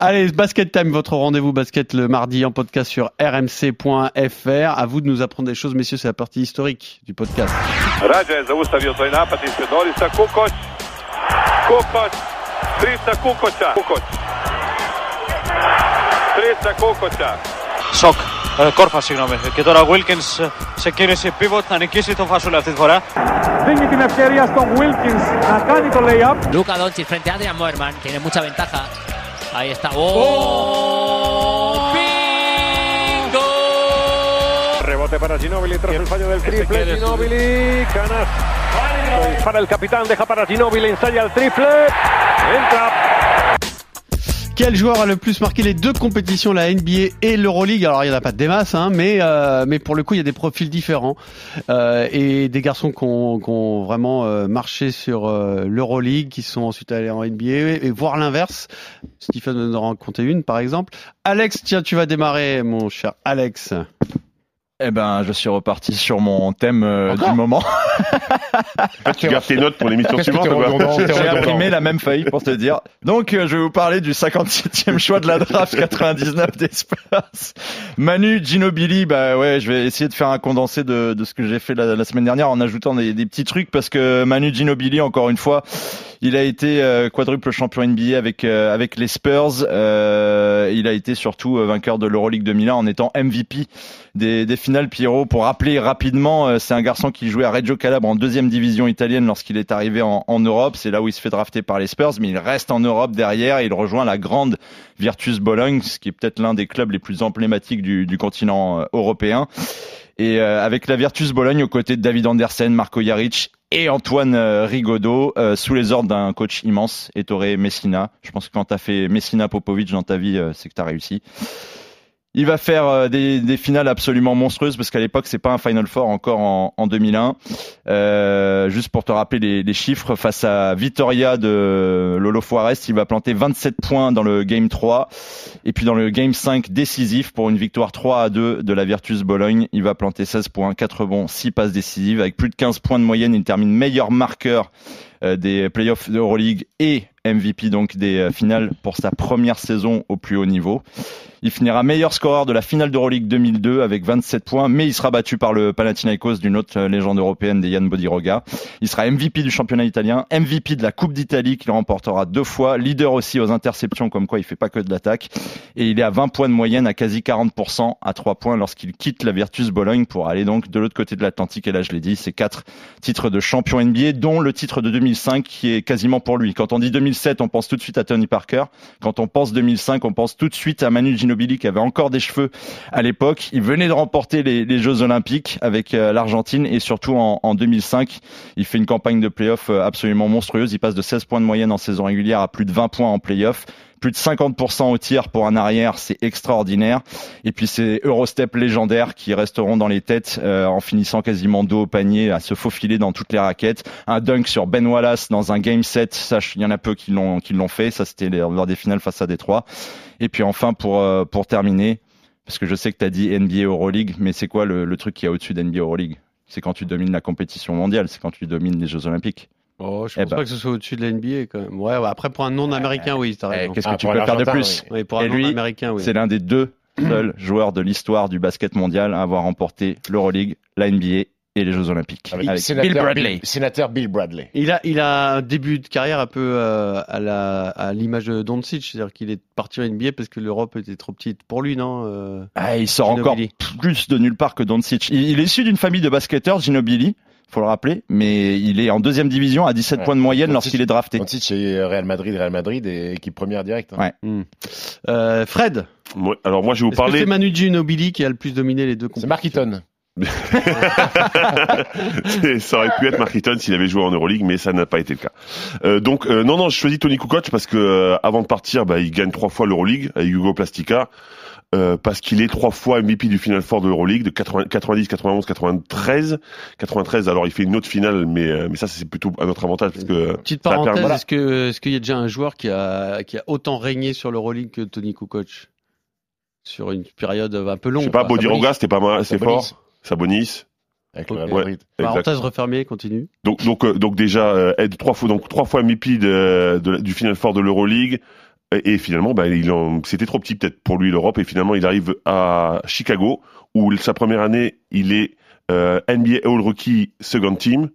Speaker 5: Allez, basket time, votre rendez-vous basket le mardi en podcast sur rmc.fr. À vous de nous apprendre des choses, messieurs, c'est la partie historique du podcast.
Speaker 10: Rađa je zaustavio svoj napad ispred Norisa. Kukoć, Kukoć, Trica Kukoća. Kukoć. Trica Kukoća.
Speaker 12: Σοκ. Ε, κόρφα, συγγνώμη. Και τώρα ο Wilkins ε, σε κίνηση pivot να νικήσει τον Φασούλα αυτή τη φορά.
Speaker 10: Δίνει την ευκαιρία στον Wilkins να κάνει το lay-up.
Speaker 13: Luca Doncic frente a Adrian Moerman, tiene mucha ventaja. Ahí está. ¡Oh! ¡Bingo!
Speaker 10: Rebote para Ginobili tras el fallo del triple. Ginobili, canasta. Para el capitán, deja para Ginobili, ensaya el triple. Entra
Speaker 5: Quel joueur a le plus marqué les deux compétitions, la NBA et l'Euroleague Alors il n'y en a pas des masses, hein, mais, euh, mais pour le coup il y a des profils différents euh, et des garçons qui ont, qui ont vraiment euh, marché sur euh, l'Euroleague, qui sont ensuite allés en NBA et, voir l'inverse. Stephen nous en raconter une par exemple. Alex, tiens tu vas démarrer mon cher Alex.
Speaker 8: Eh ben, je suis reparti sur mon thème euh, du moment.
Speaker 6: tu gardes tes notes pour l'émission suivante.
Speaker 8: J'ai imprimé la même feuille pour te dire. Donc, euh, je vais vous parler du 57e choix de la draft 99 des Spurs. Manu Ginobili, bah ouais, je vais essayer de faire un condensé de, de ce que j'ai fait la, la, semaine dernière en ajoutant des, des, petits trucs parce que Manu Ginobili, encore une fois, il a été euh, quadruple champion NBA avec euh, avec les Spurs. Euh, il a été surtout vainqueur de l'Euroleague 2001 en étant MVP des, des finale, Pierrot, pour rappeler rapidement, euh, c'est un garçon qui jouait à Reggio Calabria en deuxième division italienne lorsqu'il est arrivé en, en Europe. C'est là où il se fait drafter par les Spurs, mais il reste en Europe derrière et il rejoint la grande Virtus Bologne, ce qui est peut-être l'un des clubs les plus emblématiques du, du continent euh, européen. Et euh, avec la Virtus Bologne aux côtés de David Andersen, Marco Jaric et Antoine Rigaudot, euh, sous les ordres d'un coach immense, Ettore Messina. Je pense que quand t'as fait Messina Popovic dans ta vie, euh, c'est que t'as réussi. Il va faire euh, des, des, finales absolument monstrueuses parce qu'à l'époque c'est pas un Final Four encore en, en 2001. Euh, juste pour te rappeler les, les, chiffres, face à Vitoria de Lolo Foires, il va planter 27 points dans le Game 3 et puis dans le Game 5 décisif pour une victoire 3 à 2 de la Virtus Bologne, il va planter 16 points, 4 rebonds, 6 passes décisives avec plus de 15 points de moyenne. Il termine meilleur marqueur euh, des playoffs d'Euroleague et MVP donc des euh, finales pour sa première saison au plus haut niveau. Il finira meilleur scoreur de la finale d'Euroleague 2002 avec 27 points, mais il sera battu par le Panathinaikos d'une autre euh, légende européenne des Yann Bodiroga. Il sera MVP du championnat italien, MVP de la Coupe d'Italie qu'il remportera deux fois, leader aussi aux interceptions comme quoi il fait pas que de l'attaque et il est à 20 points de moyenne à quasi 40% à 3 points lorsqu'il quitte la Virtus Bologne pour aller donc de l'autre côté de l'Atlantique et là je l'ai dit, c'est quatre titres de champion NBA dont le titre de 2000 qui est quasiment pour lui. Quand on dit 2007, on pense tout de suite à Tony Parker. Quand on pense 2005, on pense tout de suite à Manu Ginobili qui avait encore des cheveux à l'époque. Il venait de remporter les, les Jeux Olympiques avec euh, l'Argentine et surtout en, en, 2005, il fait une campagne de playoff euh, absolument monstrueuse. Il passe de 16 points de moyenne en saison régulière à plus de 20 points en playoff plus de 50% au tir pour un arrière, c'est extraordinaire. Et puis ces Eurostep légendaires qui resteront dans les têtes euh, en finissant quasiment dos au panier, à se faufiler dans toutes les raquettes. Un dunk sur Ben Wallace dans un game set, ça, il y en a peu qui l'ont qui l'ont fait. Ça, c'était lors des finales face à Détroit. Et puis enfin pour euh, pour terminer, parce que je sais que tu as dit NBA Euroleague, mais c'est quoi le, le truc qui a au-dessus d'NBA Euroleague C'est quand tu domines la compétition mondiale, c'est quand tu domines les Jeux Olympiques.
Speaker 5: Oh, je pense eh ben. pas que ce soit au-dessus de la NBA quand même. Ouais, ouais, après pour un non-américain, oui, t'as raison.
Speaker 8: Eh, Qu'est-ce que ah, tu peux faire de plus
Speaker 5: oui. Oui, pour un
Speaker 8: Et lui,
Speaker 5: américain oui.
Speaker 8: c'est l'un des deux seuls joueurs de l'histoire du basket mondial à avoir remporté l'Euroleague, la NBA et les Jeux Olympiques.
Speaker 7: Avec, avec sénateur Bill Bradley. Bill, sénateur Bill Bradley.
Speaker 5: Il a, il a un début de carrière un peu euh, à la, à l'image de Doncic, c'est-à-dire qu'il est parti en NBA parce que l'Europe était trop petite pour lui, non euh,
Speaker 8: Ah, il sort Ginobili. encore plus de nulle part que Doncic. Il, il est issu d'une famille de basketteurs, Ginobili faut le rappeler, mais il est en deuxième division à 17 ouais. points de moyenne lorsqu'il est drafté.
Speaker 7: On titre chez Real Madrid, Real Madrid et équipe première directe. Hein.
Speaker 8: Ouais.
Speaker 5: Mmh. Euh, Fred.
Speaker 6: Ouais, alors moi je vais vous parler.
Speaker 5: C'est Manu Ginobili qui a le plus dominé les deux
Speaker 7: C'est Marquiton.
Speaker 6: ça aurait pu être Markiton s'il avait joué en Euroleague, mais ça n'a pas été le cas. Euh, donc euh, non non, je choisis Tony Kukoc parce que avant de partir, bah, il gagne trois fois l'Euroleague avec Hugo Plastica. Euh, parce qu'il est trois fois MVP du Final Four de l'Euroleague de 80, 90, 91, 93. 93, alors il fait une autre finale, mais, mais ça c'est plutôt un autre avantage parce que.
Speaker 5: Petite parenthèse, permis... est-ce que est-ce qu'il y a déjà un joueur qui a qui a autant régné sur l'Euroleague que Tony Kukoc sur une période un peu longue Je sais
Speaker 6: pas, Bodiroga, c'était pas mal, c'est fort. Sabonis.
Speaker 7: Avec le ouais,
Speaker 5: Parenthèse refermée, continue.
Speaker 6: Donc donc euh, donc déjà euh, aide trois fois donc trois fois MVP de, de, du Final Four de l'Euroleague et finalement, bah, il c'était trop petit peut-être pour lui l'Europe. Et finalement, il arrive à Chicago où sa première année, il est euh, NBA All Rookie Second Team.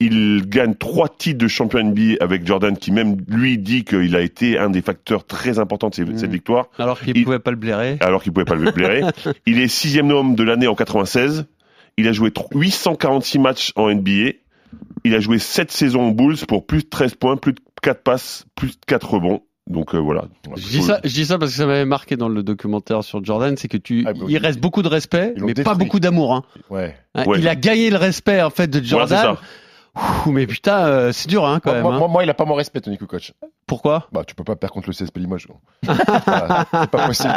Speaker 6: Il gagne trois titres de champion NBA avec Jordan, qui même lui dit qu'il a été un des facteurs très importants de mmh. cette victoire.
Speaker 5: Alors qu'il ne pouvait pas le blairer.
Speaker 6: Alors qu'il pouvait pas le blairer. il est sixième homme de l'année en 96. Il a joué 846 matchs en NBA. Il a joué sept saisons aux Bulls pour plus de 13 points, plus de 4 passes, plus de 4 rebonds. Donc euh, voilà.
Speaker 5: Je dis, ça, je dis ça parce que ça m'avait marqué dans le documentaire sur Jordan, c'est que tu, ah, bah, il reste beaucoup de respect, mais détruit. pas beaucoup d'amour. Hein.
Speaker 7: Ouais.
Speaker 5: Hein,
Speaker 7: ouais.
Speaker 5: Il a gagné le respect en fait de Jordan. Voilà, Ouh, mais putain, euh, c'est dur hein, quand
Speaker 7: moi,
Speaker 5: même. Hein.
Speaker 7: Moi, moi, il a pas mon respect, Tony Kukoc.
Speaker 5: Pourquoi
Speaker 7: Bah, tu peux pas perdre contre le CSP Limoges. Ah, c'est pas possible.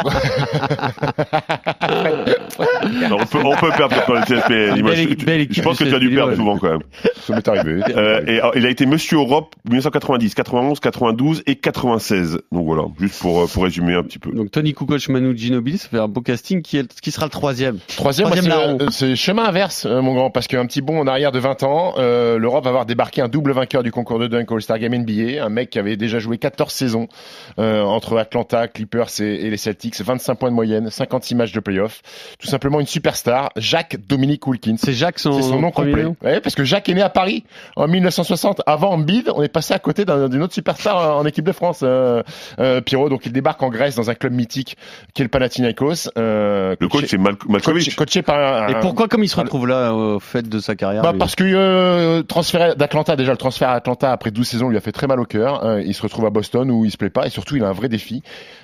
Speaker 6: Non, on, peut, on peut perdre contre le CSP Limoges.
Speaker 5: Belle- belle équipe
Speaker 6: je pense
Speaker 5: du
Speaker 6: que tu as dû
Speaker 5: CSP,
Speaker 6: perdre
Speaker 5: ouais.
Speaker 6: souvent quand même.
Speaker 7: Ça m'est arrivé.
Speaker 6: Euh, et euh, il a été Monsieur Europe 1990, 91, 92 et 96. Donc voilà, juste pour, euh, pour résumer un petit peu.
Speaker 5: Donc Tony Kukoc, Manu Ginobili, ça fait un beau casting. Qui, est, qui sera le troisième
Speaker 7: Troisième, moi, c'est- euh, c'est chemin inverse, euh, mon grand, parce qu'un petit bond en arrière de 20 ans, euh, l'Europe va avoir débarqué un double vainqueur du concours de dunk All-Star Game NBA, un mec qui avait déjà joué 14 saisons euh, entre Atlanta, Clippers et, et les Celtics, 25 points de moyenne, 56 matchs de playoff, tout simplement une superstar, Jacques Dominique Wilkins.
Speaker 5: C'est Jacques son,
Speaker 7: C'est son nom
Speaker 5: premier
Speaker 7: complet.
Speaker 5: nom.
Speaker 7: Ouais, parce que Jacques est né à Paris en 1960. Avant Embiid, on est passé à côté d'un- d'une autre superstar euh, en équipe de France, euh, euh, Pierrot. Donc il débarque en Grèce dans un club mythique qui est le Panathinaikos. euh,
Speaker 6: Le coach,
Speaker 7: coaché-
Speaker 6: c'est Mal- Malkovich.
Speaker 7: coaché, coaché par un,
Speaker 5: Et
Speaker 7: un-
Speaker 5: pourquoi, comme il se retrouve là au fait de sa carrière
Speaker 7: Euh, bah,
Speaker 5: lui
Speaker 7: parce que euh, transféré d'Atlanta déjà le transfert à Atlanta après 12 saisons lui a fait très mal au cœur Euh, il se retrouve à Boston où il se plaît pas et surtout il a un vrai défi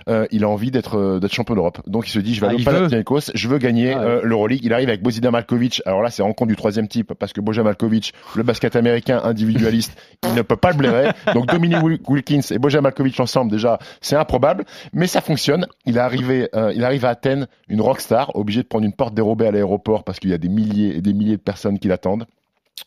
Speaker 7: Euh, il a envie d'être euh, d'être champion d'Europe donc il se dit je vais
Speaker 5: Ah,
Speaker 7: aller au
Speaker 5: il veut. Ah,
Speaker 7: Panathinaikos je veux gagner euh, l'Euroleague il arrive avec Bozida Malkovic alors là c'est rencontre du troisième type parce que Bojan Malkovic le basket américain individualiste il ne peut pas le blairer donc Dominique Wil- Wilkins et Bojan Malkovic ensemble déjà c'est improbable mais ça fonctionne il est arrivé euh, il arrive à Athènes une rockstar obligé de prendre une porte dérobée à l'aéroport parce qu'il y a des milliers et des milliers de personnes qui l'attendent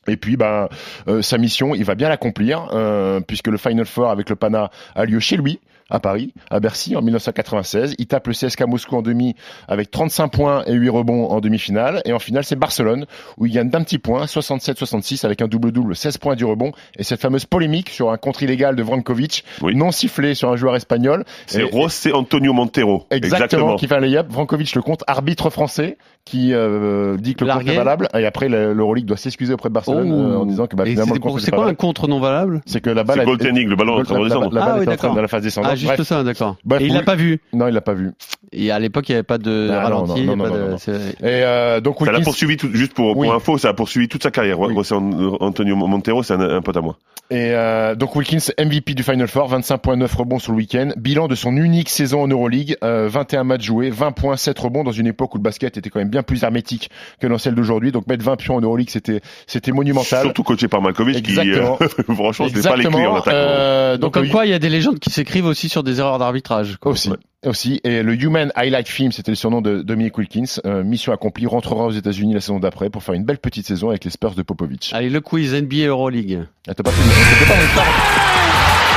Speaker 7: et puis, ben, euh, sa mission, il va bien l'accomplir, euh, puisque le Final Four avec le Pana a lieu chez lui, à Paris, à Bercy, en 1996. Il tape le CSKA Moscou en demi avec 35 points et 8 rebonds en demi-finale. Et en finale, c'est Barcelone, où il gagne d'un petit point, 67-66, avec un double-double, 16 points et du rebond. Et cette fameuse polémique sur un contre illégal de Vrankovic,
Speaker 6: Oui.
Speaker 7: non sifflé sur un joueur espagnol.
Speaker 6: C'est
Speaker 7: Et-
Speaker 6: José Antonio Montero.
Speaker 7: Exactement, qui fait un layup. Vrankovic le compte, arbitre français, qui euh, dit que le
Speaker 5: Largué.
Speaker 7: compte est valable. Et après, le- l'Euroleague doit s'excuser auprès de Barcelone
Speaker 5: Oh.
Speaker 7: euh, en disant que bah,
Speaker 5: Et
Speaker 7: finalement
Speaker 5: c'est
Speaker 7: le
Speaker 5: pour-
Speaker 7: compte
Speaker 5: c'est
Speaker 7: n'est pas
Speaker 5: quoi un
Speaker 7: valable.
Speaker 5: contre non valable
Speaker 7: C'est que la balle.
Speaker 6: C'est
Speaker 7: a-
Speaker 6: Goaltending, le ballon est en
Speaker 7: Gold-
Speaker 6: train de
Speaker 7: la- la-
Speaker 6: redescendre.
Speaker 7: La
Speaker 5: Ah
Speaker 7: balle
Speaker 5: oui,
Speaker 7: était en train
Speaker 5: d'accord.
Speaker 7: de la phase descendante.
Speaker 5: Ah, juste
Speaker 7: Bref.
Speaker 5: ça, d'accord.
Speaker 7: Bref,
Speaker 5: Et il
Speaker 7: oui.
Speaker 5: l'a pas vu.
Speaker 7: Non, il l'a pas vu.
Speaker 5: Et à l'époque, il n'y avait pas de
Speaker 7: Ah, non,
Speaker 5: ralenti.
Speaker 7: non,
Speaker 5: il y
Speaker 7: non,
Speaker 5: avait pas
Speaker 7: non,
Speaker 5: de-
Speaker 7: non.
Speaker 5: c'est-
Speaker 7: Et euh, donc
Speaker 6: Ça l'a
Speaker 7: Wilkins-
Speaker 6: poursuivi, tout- juste pour, pour
Speaker 7: Oui.
Speaker 6: info, ça a poursuivi toute sa carrière.
Speaker 7: Oui.
Speaker 6: José An- Antonio Montero, c'est un, un pote à moi.
Speaker 7: Et euh, donc Wilkins MVP du Final Four, 25.9 rebonds sur le week-end. Bilan de son unique saison en Euroleague, euh, 21 matchs joués, 20.7 rebonds dans une époque où le basket était quand même bien plus hermétique que dans celle d'aujourd'hui. Donc mettre 20 pions en Euroleague, c'était c'était monumental.
Speaker 6: Surtout coaché par Malkovich,
Speaker 7: Exactement.
Speaker 6: qui, euh, franchement, je n'ai pas les
Speaker 7: Exactement.
Speaker 6: clés en attaque.
Speaker 7: Euh,
Speaker 5: Donc,
Speaker 7: donc
Speaker 5: comme
Speaker 7: le-
Speaker 5: quoi, il y a des légendes qui s'écrivent aussi sur des erreurs d'arbitrage. quoi.
Speaker 7: aussi. Aussi, et le Human Highlight Film, c'était le surnom de Dominique Wilkins. Euh, mission accomplie, rentrera aux États-Unis la saison d'après pour faire une belle petite saison avec les Spurs de Popovich.
Speaker 5: Allez, le quiz NBA Euroleague.
Speaker 7: Ah, t'as pas fait- c'était pas mon temps.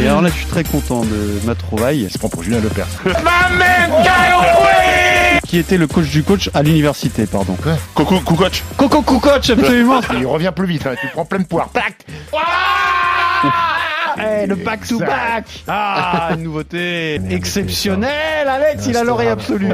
Speaker 5: Et alors là, je suis très content de ma trouvaille,
Speaker 7: Il se prend pour Julien Lepers.
Speaker 5: qui était le coach du coach à l'université, pardon.
Speaker 6: Coucou, Kukoc.
Speaker 5: Coco coach, absolument
Speaker 7: Et il revient plus vite, hein, tu prends plein de poire. Plac
Speaker 5: Eh, Le back-to-back Ah, une nouveauté exceptionnelle Alex, il a l'oreille absolue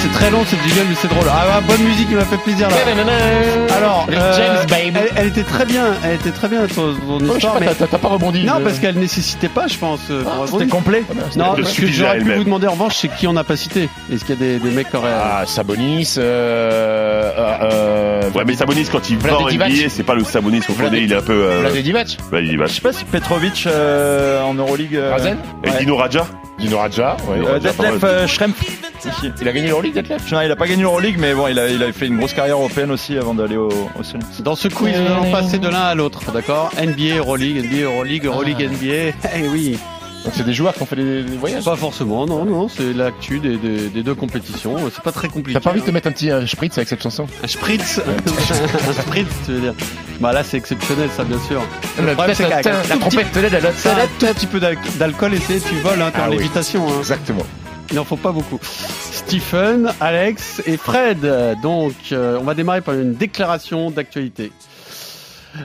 Speaker 5: C'est très long cette jingle, mais c'est drôle. Ah, bah, bonne musique, il m'a fait plaisir là.
Speaker 13: oh.
Speaker 5: Alors,
Speaker 7: Le
Speaker 5: euh,
Speaker 7: James Babe.
Speaker 5: elle, elle était très bien, elle était très bien ton, ton
Speaker 7: Oh, je sais
Speaker 5: histoire,
Speaker 7: pas,
Speaker 5: mais-
Speaker 7: t'as- t'as t'as pas rebondi.
Speaker 5: Non,
Speaker 7: euh,
Speaker 5: parce qu'elle nécessitait pas, je pense. euh, pour
Speaker 7: Ah,
Speaker 5: répondre.
Speaker 7: c'était complet.
Speaker 5: Non,
Speaker 6: Elle
Speaker 5: parce que
Speaker 6: suffisait à
Speaker 5: j'aurais pu
Speaker 6: elle-même.
Speaker 5: vous demander en revanche, c'est qui on n'a pas cité. Est-ce qu'il y a des, des mecs qui auraient.
Speaker 7: Ah, Sabonis, euh, euh, euh,
Speaker 6: Ouais, mais Sabonis, quand il va en
Speaker 7: Vlade Divac.
Speaker 6: NBA, c'est pas le Sabonis qu'on
Speaker 7: Vlade-
Speaker 6: connaît, il est un peu. euh,
Speaker 7: Vlade Divac,
Speaker 6: bah, il va.
Speaker 8: Je sais pas si Petrovic euh, en Euroleague. euh,
Speaker 7: Razen,
Speaker 6: Et
Speaker 8: Ouais.
Speaker 6: Dino Raja
Speaker 7: Dino Raja, ouais.
Speaker 8: euh, Detlef euh, Schrempf.
Speaker 7: il a gagné l'Euroleague, Detlef
Speaker 8: Non, il a pas gagné l'Euroleague, mais bon, il a, il a fait une grosse carrière européenne aussi avant d'aller au, au Celtics.
Speaker 5: Dans ce quiz, nous allons passer de l'un à l'autre, d'accord NBA, Euroleague, NBA, Euroleague,
Speaker 7: Ah.
Speaker 5: Euroleague, NBA. Eh oui
Speaker 7: Donc c'est des joueurs qui ont fait des des voyages.
Speaker 5: Pas forcément, non, non, c'est l'actu des, des- des deux compétitions. C'est pas très compliqué.
Speaker 7: T'as pas envie de te
Speaker 5: hein.
Speaker 7: mettre un petit euh, spritz avec cette chanson
Speaker 5: Un spritz Un spritz, tu veux dire Bah là, c'est exceptionnel, ça, bien sûr.
Speaker 7: Le
Speaker 5: problème, c'est
Speaker 7: tête,
Speaker 5: qu'avec un
Speaker 7: la
Speaker 5: tout
Speaker 7: trompette, la- la- la-
Speaker 5: Ça a tout petit peu d'al- d'alcool et c'est- tu voles, hein, t'es
Speaker 7: Ah
Speaker 5: en
Speaker 7: oui.
Speaker 5: lévitation. hein.
Speaker 7: Exactement.
Speaker 5: Il n'en faut pas beaucoup. Stephen, Alex et Fred. Donc, euh, on va démarrer par une déclaration d'actualité.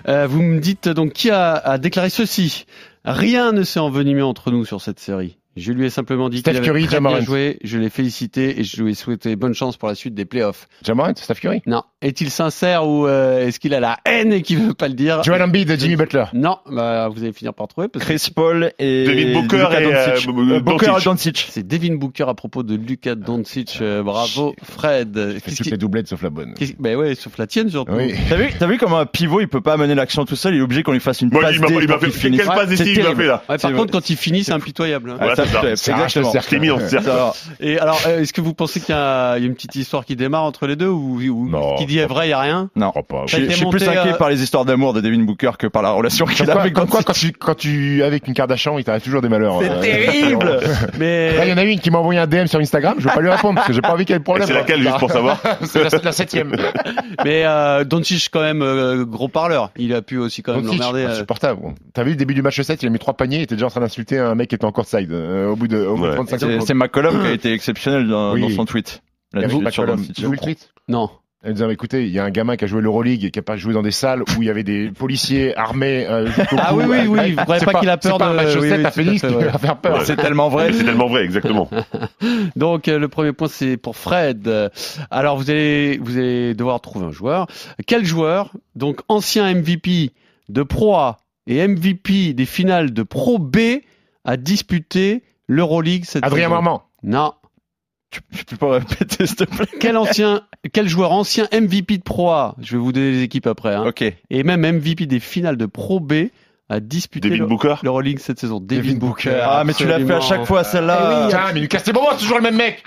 Speaker 5: Euh, vous me dites donc qui a, a déclaré ceci Rien ne s'est envenimé entre nous sur cette série. Je lui ai simplement dit
Speaker 7: Steph
Speaker 5: qu'il avait
Speaker 7: Curry,
Speaker 5: très bien
Speaker 7: Jamarant.
Speaker 5: joué, je l'ai félicité et je lui ai souhaité bonne chance pour la suite des playoffs.
Speaker 7: Jamarant, Steph Curry.
Speaker 5: Non. Est-il sincère ou euh, est-ce qu'il a la haine et qu'il veut pas le dire
Speaker 7: Joel Embiid, Jimmy Butler.
Speaker 5: Non, bah, vous allez finir par trouver parce que
Speaker 8: Chris Paul et.
Speaker 6: David Booker
Speaker 8: Luka
Speaker 6: et, euh,
Speaker 8: Doncic.
Speaker 6: B- B-
Speaker 8: Euh, Booker
Speaker 6: Doncic.
Speaker 8: et Doncic.
Speaker 5: c'est Devin Booker à propos de Luka Doncic. Euh, bravo Fred.
Speaker 7: Fait
Speaker 5: Qu'est-ce
Speaker 7: toutes
Speaker 5: qui-
Speaker 7: les doublettes sauf la bonne.
Speaker 5: Qu'est-ce- Ben ouais, sauf la tienne surtout.
Speaker 7: Oui.
Speaker 8: T'as vu, t'as vu comme un pivot, il peut pas mener l'action tout seul, il est obligé qu'on lui fasse une
Speaker 6: Moi,
Speaker 8: passe
Speaker 6: il m'a-
Speaker 8: D
Speaker 6: il m'a
Speaker 8: pour
Speaker 6: fait-
Speaker 8: qu'il finisse.
Speaker 6: quelle passe
Speaker 8: Ouais,
Speaker 6: décisive
Speaker 8: c'est
Speaker 6: il m'a fait,
Speaker 8: terrible.
Speaker 6: là
Speaker 5: Ouais, par
Speaker 8: C'est-
Speaker 5: contre, quand il finit, c'est impitoyable. hein.
Speaker 8: Ouais,
Speaker 6: Voilà, Exactement.
Speaker 5: C'est exactement.
Speaker 6: Je t'ai mis en cercle.
Speaker 5: Alors, Et alors, euh, est-ce que vous pensez qu'il y a, il y a une petite histoire qui démarre entre les deux ou, ou
Speaker 8: Non.
Speaker 5: ce qui dit est vrai, il y a rien
Speaker 8: Non,
Speaker 5: pas. T'as été
Speaker 8: je suis- je suis
Speaker 5: monté,
Speaker 8: plus inquiet
Speaker 5: euh,
Speaker 8: par les histoires d'amour de Devin Booker que par la relation
Speaker 7: Comme
Speaker 8: qu'il a
Speaker 7: quoi,
Speaker 8: avec
Speaker 7: comme
Speaker 8: Gotti.
Speaker 7: quoi, quand tu, quand tu, avec une Kardashian, il t'arrive toujours des malheurs.
Speaker 8: C'est
Speaker 7: Euh,
Speaker 8: terrible.
Speaker 5: Mais.
Speaker 7: Là, il y en a une qui m'a envoyé un DM sur Instagram, je vais pas lui répondre parce que j'ai pas envie qu'elle ait de problème.
Speaker 6: Et c'est laquelle, juste pour savoir
Speaker 7: C'est la, la septième.
Speaker 5: Mais euh, Doncic quand même euh, gros parleur. Il a pu aussi quand même
Speaker 7: Doncic, bah,
Speaker 5: l'emmerder. euh.
Speaker 7: insupportable. T'as vu le début du match 7, il a mis trois paniers, il était déjà en train d'insulter un mec qui était en courtside euh, au bout de, au bout de
Speaker 8: Ouais.
Speaker 7: 35
Speaker 8: C'est
Speaker 7: secondes.
Speaker 8: c'est McCollum qui a été exceptionnel dans,
Speaker 7: Oui.
Speaker 8: dans son tweet.
Speaker 7: Il y a
Speaker 8: Là-dessus,
Speaker 7: vous,
Speaker 8: sur
Speaker 7: McCollum,
Speaker 8: Doncic.
Speaker 7: tu as vu le tweet
Speaker 5: Non.
Speaker 7: Elle disait, écoutez, il y a un gamin qui a joué l'Euroleague et qui a pas joué dans des salles où il y avait des policiers armés. euh, jusqu'au
Speaker 5: Ah
Speaker 7: cou.
Speaker 5: oui, oui,
Speaker 7: Ouais,
Speaker 5: oui,
Speaker 7: ouais,
Speaker 5: il faudrait
Speaker 7: c'est
Speaker 5: pas qu'il a peur
Speaker 7: c'est pas
Speaker 5: de-
Speaker 7: un match
Speaker 5: oui, oui,
Speaker 7: 7 à
Speaker 5: tout à
Speaker 7: Phoenix
Speaker 5: fait,
Speaker 7: qui
Speaker 5: ouais.
Speaker 7: va faire peur.
Speaker 8: C'est tellement vrai.
Speaker 6: C'est tellement vrai, exactement.
Speaker 5: Donc euh, le premier point c'est pour Fred. Euh, Alors vous allez vous allez devoir trouver un joueur. Quel joueur Donc ancien MVP de Pro A et MVP des finales de Pro B a disputé l'Euroleague cette
Speaker 7: Adrien
Speaker 5: saison
Speaker 7: Marmand.
Speaker 5: Non.
Speaker 8: Tu peux pas répéter, s'il te plaît.
Speaker 5: Quel ancien quel joueur ancien MVP de Pro A Je vais vous donner les équipes après.
Speaker 7: Ah.
Speaker 5: hein.
Speaker 8: Ok.
Speaker 7: Euh,
Speaker 5: Et même MVP des finales de Pro B a disputé
Speaker 6: Devin
Speaker 5: l'Eu-
Speaker 6: Booker
Speaker 5: l'Euroleague cette saison. Devin,
Speaker 7: Devin Booker.
Speaker 5: Booker.
Speaker 8: Ah, mais tu l'as fait à chaque fois,
Speaker 7: Ah,
Speaker 8: celle-là.
Speaker 7: mais Lucas, c'est bon, c'est toujours le même mec.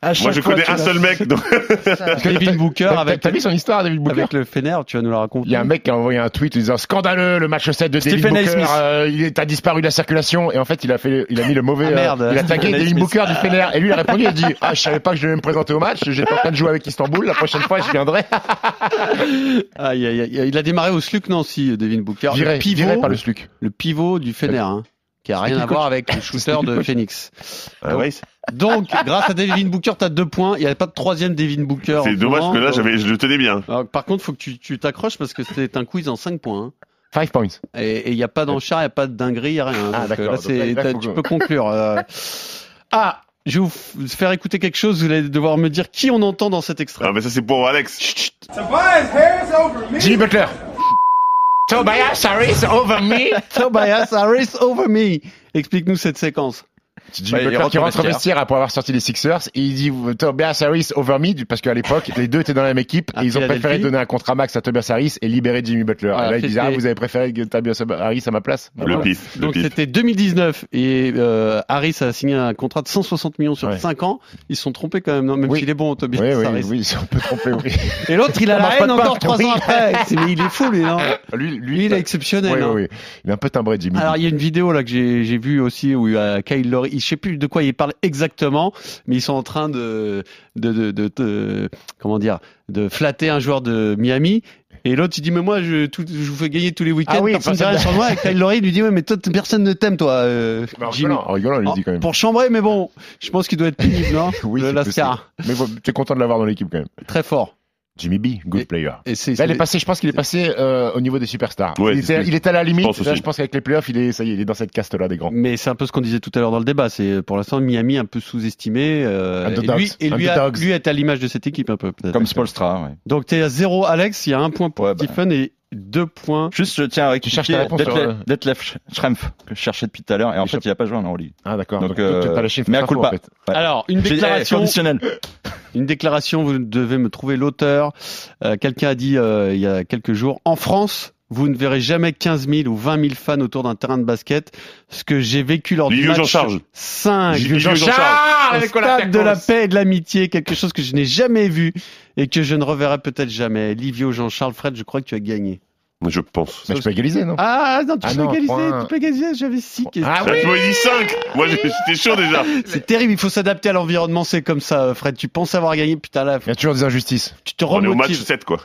Speaker 8: À chaque
Speaker 6: Moi, je
Speaker 8: fois,
Speaker 6: connais
Speaker 8: tu
Speaker 6: un
Speaker 8: l'as-
Speaker 6: seul mec. donc-
Speaker 5: Devin Booker
Speaker 7: T'as- t'as-
Speaker 5: avec
Speaker 7: T'as vu son histoire, David Booker
Speaker 5: avec le Fener, tu vas nous la raconter.
Speaker 7: Il y a un mec qui a envoyé un tweet disant scandaleux le match 7 de David
Speaker 8: Stephen A.
Speaker 7: Booker
Speaker 8: Smith.
Speaker 7: euh, il est a disparu de la circulation et en fait il a fait il a mis le mauvais
Speaker 5: Ah,
Speaker 7: euh,
Speaker 5: merde.
Speaker 7: il a tagué
Speaker 8: Stephen A.
Speaker 7: David
Speaker 8: Smith.
Speaker 7: Booker du Fener et lui il a répondu il a dit ah je savais pas que je devais me présenter au match j'étais en train de jouer avec Istanbul la prochaine fois je viendrai
Speaker 5: Aïe, aïe, aïe, il a démarré au Sluc Nancy, Devin Booker.
Speaker 7: viré
Speaker 5: le pivot,
Speaker 7: viré par le Sluc
Speaker 5: le pivot du Fener, hein, qui a rien à voir avec le shooter de Phoenix.
Speaker 6: Ah ouais,
Speaker 5: Donc, grâce à Devin Booker, t'as deux points. Il n'y a pas de troisième Devin Booker. en
Speaker 6: C'est
Speaker 5: ce
Speaker 6: dommage
Speaker 5: moment.
Speaker 6: que là, j'avais, je le tenais bien.
Speaker 5: Alors, par contre, faut que tu tu t'accroches parce que c'est un quiz en 5 points. hein.
Speaker 7: 5 points
Speaker 5: Et et il n'y a pas d'enchard, il n'y a pas de dinguerie, il n'y a rien. hein.
Speaker 7: Ah,
Speaker 5: Donc, euh,
Speaker 7: d'accord.
Speaker 5: là,
Speaker 7: Donc,
Speaker 5: c'est-
Speaker 7: là, il faut
Speaker 5: t'as-
Speaker 7: que-
Speaker 5: tu peux conclure. euh. Ah, je vais vous f- vous faire écouter quelque chose. Vous allez devoir me dire qui on entend dans cet extrait.
Speaker 6: Ah, mais ça, c'est pour Alex. Chut, chut.
Speaker 7: Jimmy Butler Tobias Harris over me
Speaker 5: Tobias Harris over me. Explique-nous cette séquence.
Speaker 7: Jimmy
Speaker 8: Bah, il
Speaker 7: Butler
Speaker 8: rentre
Speaker 7: qui
Speaker 8: au
Speaker 7: rentre au
Speaker 8: vestiaire.
Speaker 7: vestiaire après avoir sorti les Sixers et il dit Tobias Harris over me du- parce qu'à l'époque les deux étaient dans la même équipe
Speaker 5: À
Speaker 7: et ils ont
Speaker 5: Philadelphie.
Speaker 7: préféré donner un contrat max à Tobias Harris et libérer Jimmy Butler.
Speaker 5: Voilà,
Speaker 7: et là il disait
Speaker 5: c'était-
Speaker 7: ah vous avez préféré que Tobias Harris à ma place.
Speaker 6: Le pif, le
Speaker 5: Donc
Speaker 6: pif.
Speaker 5: c'était 2019 et euh, Harris a signé un contrat de 160 millions sur
Speaker 7: Ouais.
Speaker 5: 5 ans. Ils se sont trompés quand même, non même
Speaker 7: Oui.
Speaker 5: s'il est bon, Tobias
Speaker 7: Oui, oui,
Speaker 5: Harris.
Speaker 7: oui, c'est un peu trompé. Oui.
Speaker 5: Et l'autre, il a
Speaker 7: Ça
Speaker 5: la
Speaker 7: marche pas
Speaker 5: haine
Speaker 7: de
Speaker 5: encore
Speaker 7: partout,
Speaker 5: 3 ans
Speaker 7: oui.
Speaker 5: après. C'est- mais il est fou, lui, non
Speaker 7: lui,
Speaker 5: Lui, il est
Speaker 7: oui,
Speaker 5: exceptionnel.
Speaker 7: oui,
Speaker 5: hein.
Speaker 7: oui. Il est un peu timbré, Jimmy.
Speaker 5: Alors il y a une vidéo là que j'ai j'ai vue aussi où euh, Kyle Lowry, je sais plus de quoi il parle exactement, mais ils sont en train de de de, de- de- comment dire de flatter un joueur de Miami. Et l'autre il dit mais moi je, tout- je vous fais gagner tous les week-ends,
Speaker 7: Ah oui,
Speaker 5: personne ne dit
Speaker 7: personne-
Speaker 5: rien sur moi. Et Kyle Lowry lui dit ouais mais toi t- personne ne t'aime toi. euh,
Speaker 7: Mais en
Speaker 5: Jimmy.
Speaker 7: rigolant, en rigolant, il le dit quand même.
Speaker 5: Pour chambrer mais bon, je pense qu'il doit être pénible non
Speaker 7: Oui,
Speaker 5: Le
Speaker 7: c'est
Speaker 5: Lascar,
Speaker 7: Mais bon, tu es content de l'avoir dans l'équipe quand même.
Speaker 5: très fort.
Speaker 7: Jimmy B, good
Speaker 5: Et-
Speaker 7: player.
Speaker 5: Et c'est
Speaker 7: Là, il est passé, je pense qu'il est passé euh, au niveau des superstars.
Speaker 6: Ouais,
Speaker 7: il,
Speaker 6: c'est ce
Speaker 7: était,
Speaker 6: que-
Speaker 7: il était à la limite.
Speaker 6: je pense
Speaker 7: Là,
Speaker 6: aussi.
Speaker 7: je pense qu'avec les playoffs, il est, ça y est, il est dans cette caste-là des grands.
Speaker 5: Mais c'est un peu ce qu'on disait tout à l'heure dans le débat. C'est euh, pour l'instant Miami un peu sous-estimé. euh, et
Speaker 7: Underdogs.
Speaker 5: lui, et lui, a-
Speaker 7: Underdogs.
Speaker 5: lui est à l'image de cette équipe un peu. peut-être.
Speaker 8: Comme Spolstra, ouais.
Speaker 5: Donc t'es à 0 Alex, il y a un point pour
Speaker 8: Ouais, bah.
Speaker 5: Stephen et deux points.
Speaker 8: Juste, je tiens à rectifier
Speaker 7: cherches ta réponse sur, euh,
Speaker 8: Detlef- Detlef Sch- Schrempf, que je cherchais depuis tout à l'heure, et en
Speaker 7: Et
Speaker 8: fait,
Speaker 7: Schrempf.
Speaker 8: il a pas joué en Euroleague.
Speaker 7: Ah, d'accord.
Speaker 8: Donc,
Speaker 7: Donc,
Speaker 8: euh,
Speaker 7: tu as les chiffres.
Speaker 8: mais à
Speaker 7: pas faux,
Speaker 8: culpa.
Speaker 7: en fait.
Speaker 5: Alors une
Speaker 8: J'ai- eh,
Speaker 5: déclaration,
Speaker 8: conditionnel.
Speaker 5: une déclaration. Vous devez me trouver l'auteur. Euh, Quelqu'un a dit euh, il y a quelques jours en France. Vous ne verrez jamais 15 000 ou 20 000 fans autour d'un terrain de basket. Ce que j'ai vécu lors du
Speaker 6: Liu, j'en
Speaker 5: match
Speaker 6: charge.
Speaker 5: 5
Speaker 6: Liu, j'en
Speaker 5: au
Speaker 6: charge.
Speaker 5: Ah, stade de la paix et de l'amitié, quelque chose que je n'ai jamais vu et que je ne reverrai peut-être jamais. Livio, Jean-Charles, Fred, je crois que tu as gagné.
Speaker 6: Je pense.
Speaker 7: Mais je peux égaliser, non
Speaker 5: Ah non, tu
Speaker 7: Ah
Speaker 5: peux
Speaker 7: non,
Speaker 5: égaliser,
Speaker 7: point.
Speaker 5: tu peux égaliser, j'avais 6 questions.
Speaker 7: Ah
Speaker 6: Ah,
Speaker 7: oui
Speaker 6: tu m'as dit 5 Moi, j'ai- j'étais chaud déjà.
Speaker 5: C'est terrible, il faut s'adapter à l'environnement, c'est comme ça, euh, Fred. Tu penses avoir gagné, putain là,
Speaker 7: Il
Speaker 5: faut-
Speaker 7: y a toujours des injustices.
Speaker 5: tu te
Speaker 6: On est au match
Speaker 5: remotives.
Speaker 6: 7, quoi.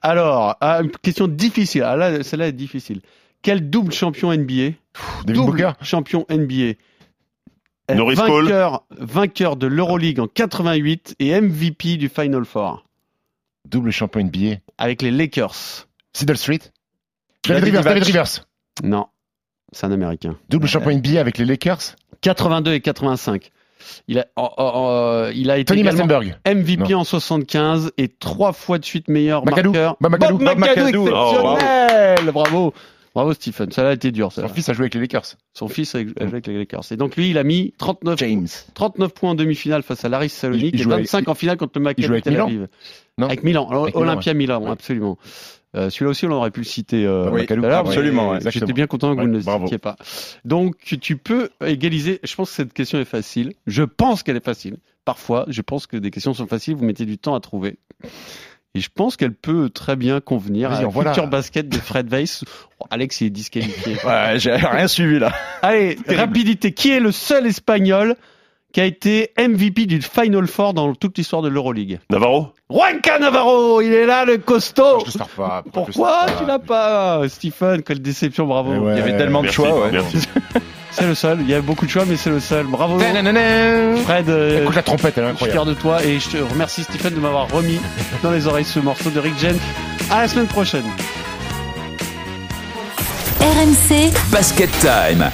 Speaker 5: Alors, ah, une question difficile. Ah, là, celle-là est difficile. Quel double champion NBA
Speaker 7: Pff, David
Speaker 5: Double
Speaker 7: Booker
Speaker 5: champion NBA. est
Speaker 6: Norris Paul.
Speaker 5: Vainqueur, vainqueur de l'Euroleague en 88 et MVP du Final Four
Speaker 7: Double champion NBA.
Speaker 5: avec les Lakers.
Speaker 7: Sidle Street.
Speaker 8: David
Speaker 7: David Rivers. David
Speaker 8: Divac.
Speaker 7: Rivers.
Speaker 5: Non, c'est un Américain.
Speaker 7: Double champion NBA avec les Lakers.
Speaker 5: 82 et 85. Il a, oh, oh, oh, il a été
Speaker 7: Tony
Speaker 5: également
Speaker 7: Massenberg.
Speaker 5: MVP en 75 et trois fois de suite meilleur
Speaker 7: McAdoo.
Speaker 5: marqueur.
Speaker 7: Bob McAdoo.
Speaker 5: Bob McAdoo,
Speaker 8: McAdoo.
Speaker 6: Oh,
Speaker 5: exceptionnel. bravo. Bravo Stephen, ça a été dur ça.
Speaker 7: Son fils Mm. a joué avec les Lakers.
Speaker 5: Son fils avec, avec les Lakers. Et donc lui, il a mis 39, 39 points en demi-finale face à Laris Salonique
Speaker 7: Il- il
Speaker 5: et
Speaker 7: jouait-
Speaker 5: 25 en finale contre le
Speaker 7: il jouait
Speaker 5: Maccabi
Speaker 7: avec
Speaker 5: Tel
Speaker 7: Milan
Speaker 5: Aviv.
Speaker 7: Non
Speaker 5: Avec Milan,
Speaker 7: Avec Milan,
Speaker 5: Olympia Milan, absolument. Euh, Celui-là aussi, on aurait pu le citer euh,
Speaker 8: Oui,
Speaker 5: tout à l'heure.
Speaker 8: absolument,
Speaker 5: mais
Speaker 8: ouais,
Speaker 5: J'étais
Speaker 8: exactement.
Speaker 5: bien content que
Speaker 8: Ouais,
Speaker 5: vous ne le
Speaker 8: bravo.
Speaker 5: citiez pas. Donc, tu peux égaliser. Je pense que cette question est facile. Je pense qu'elle est facile. Parfois, je pense que des questions sont faciles. Vous mettez du temps à trouver. Et je pense qu'elle peut très bien convenir à
Speaker 8: Vas-y,
Speaker 5: la
Speaker 8: envoie-la.
Speaker 5: culture basket de Fred Weiss. Oh, Alex, il est disqualifié.
Speaker 8: Ouais, j'ai rien suivi là.
Speaker 5: Allez, rapidité. Qui est le seul espagnol qui a été MVP du Final Four dans toute l'histoire de l'Euroleague
Speaker 6: Navarro
Speaker 5: Juanca Navarro, il est là, le costaud
Speaker 7: Ah, Je le sors pas. Eh
Speaker 5: Pourquoi tu l'as pas, Stephen Quelle déception, bravo
Speaker 7: ouais.
Speaker 8: Il y avait tellement de
Speaker 6: Merci,
Speaker 8: choix, ouais.
Speaker 6: merci.
Speaker 5: C'est le seul, il y a beaucoup de choix, mais c'est le seul. Bravo Fred, euh,
Speaker 7: Ben, Écoute la trompette, elle est
Speaker 5: je suis
Speaker 7: incroyable.
Speaker 5: fier de toi et je te remercie Stephen de m'avoir remis dans les oreilles ce morceau de Rick James. À la semaine prochaine
Speaker 4: RMC.
Speaker 14: Basket Time.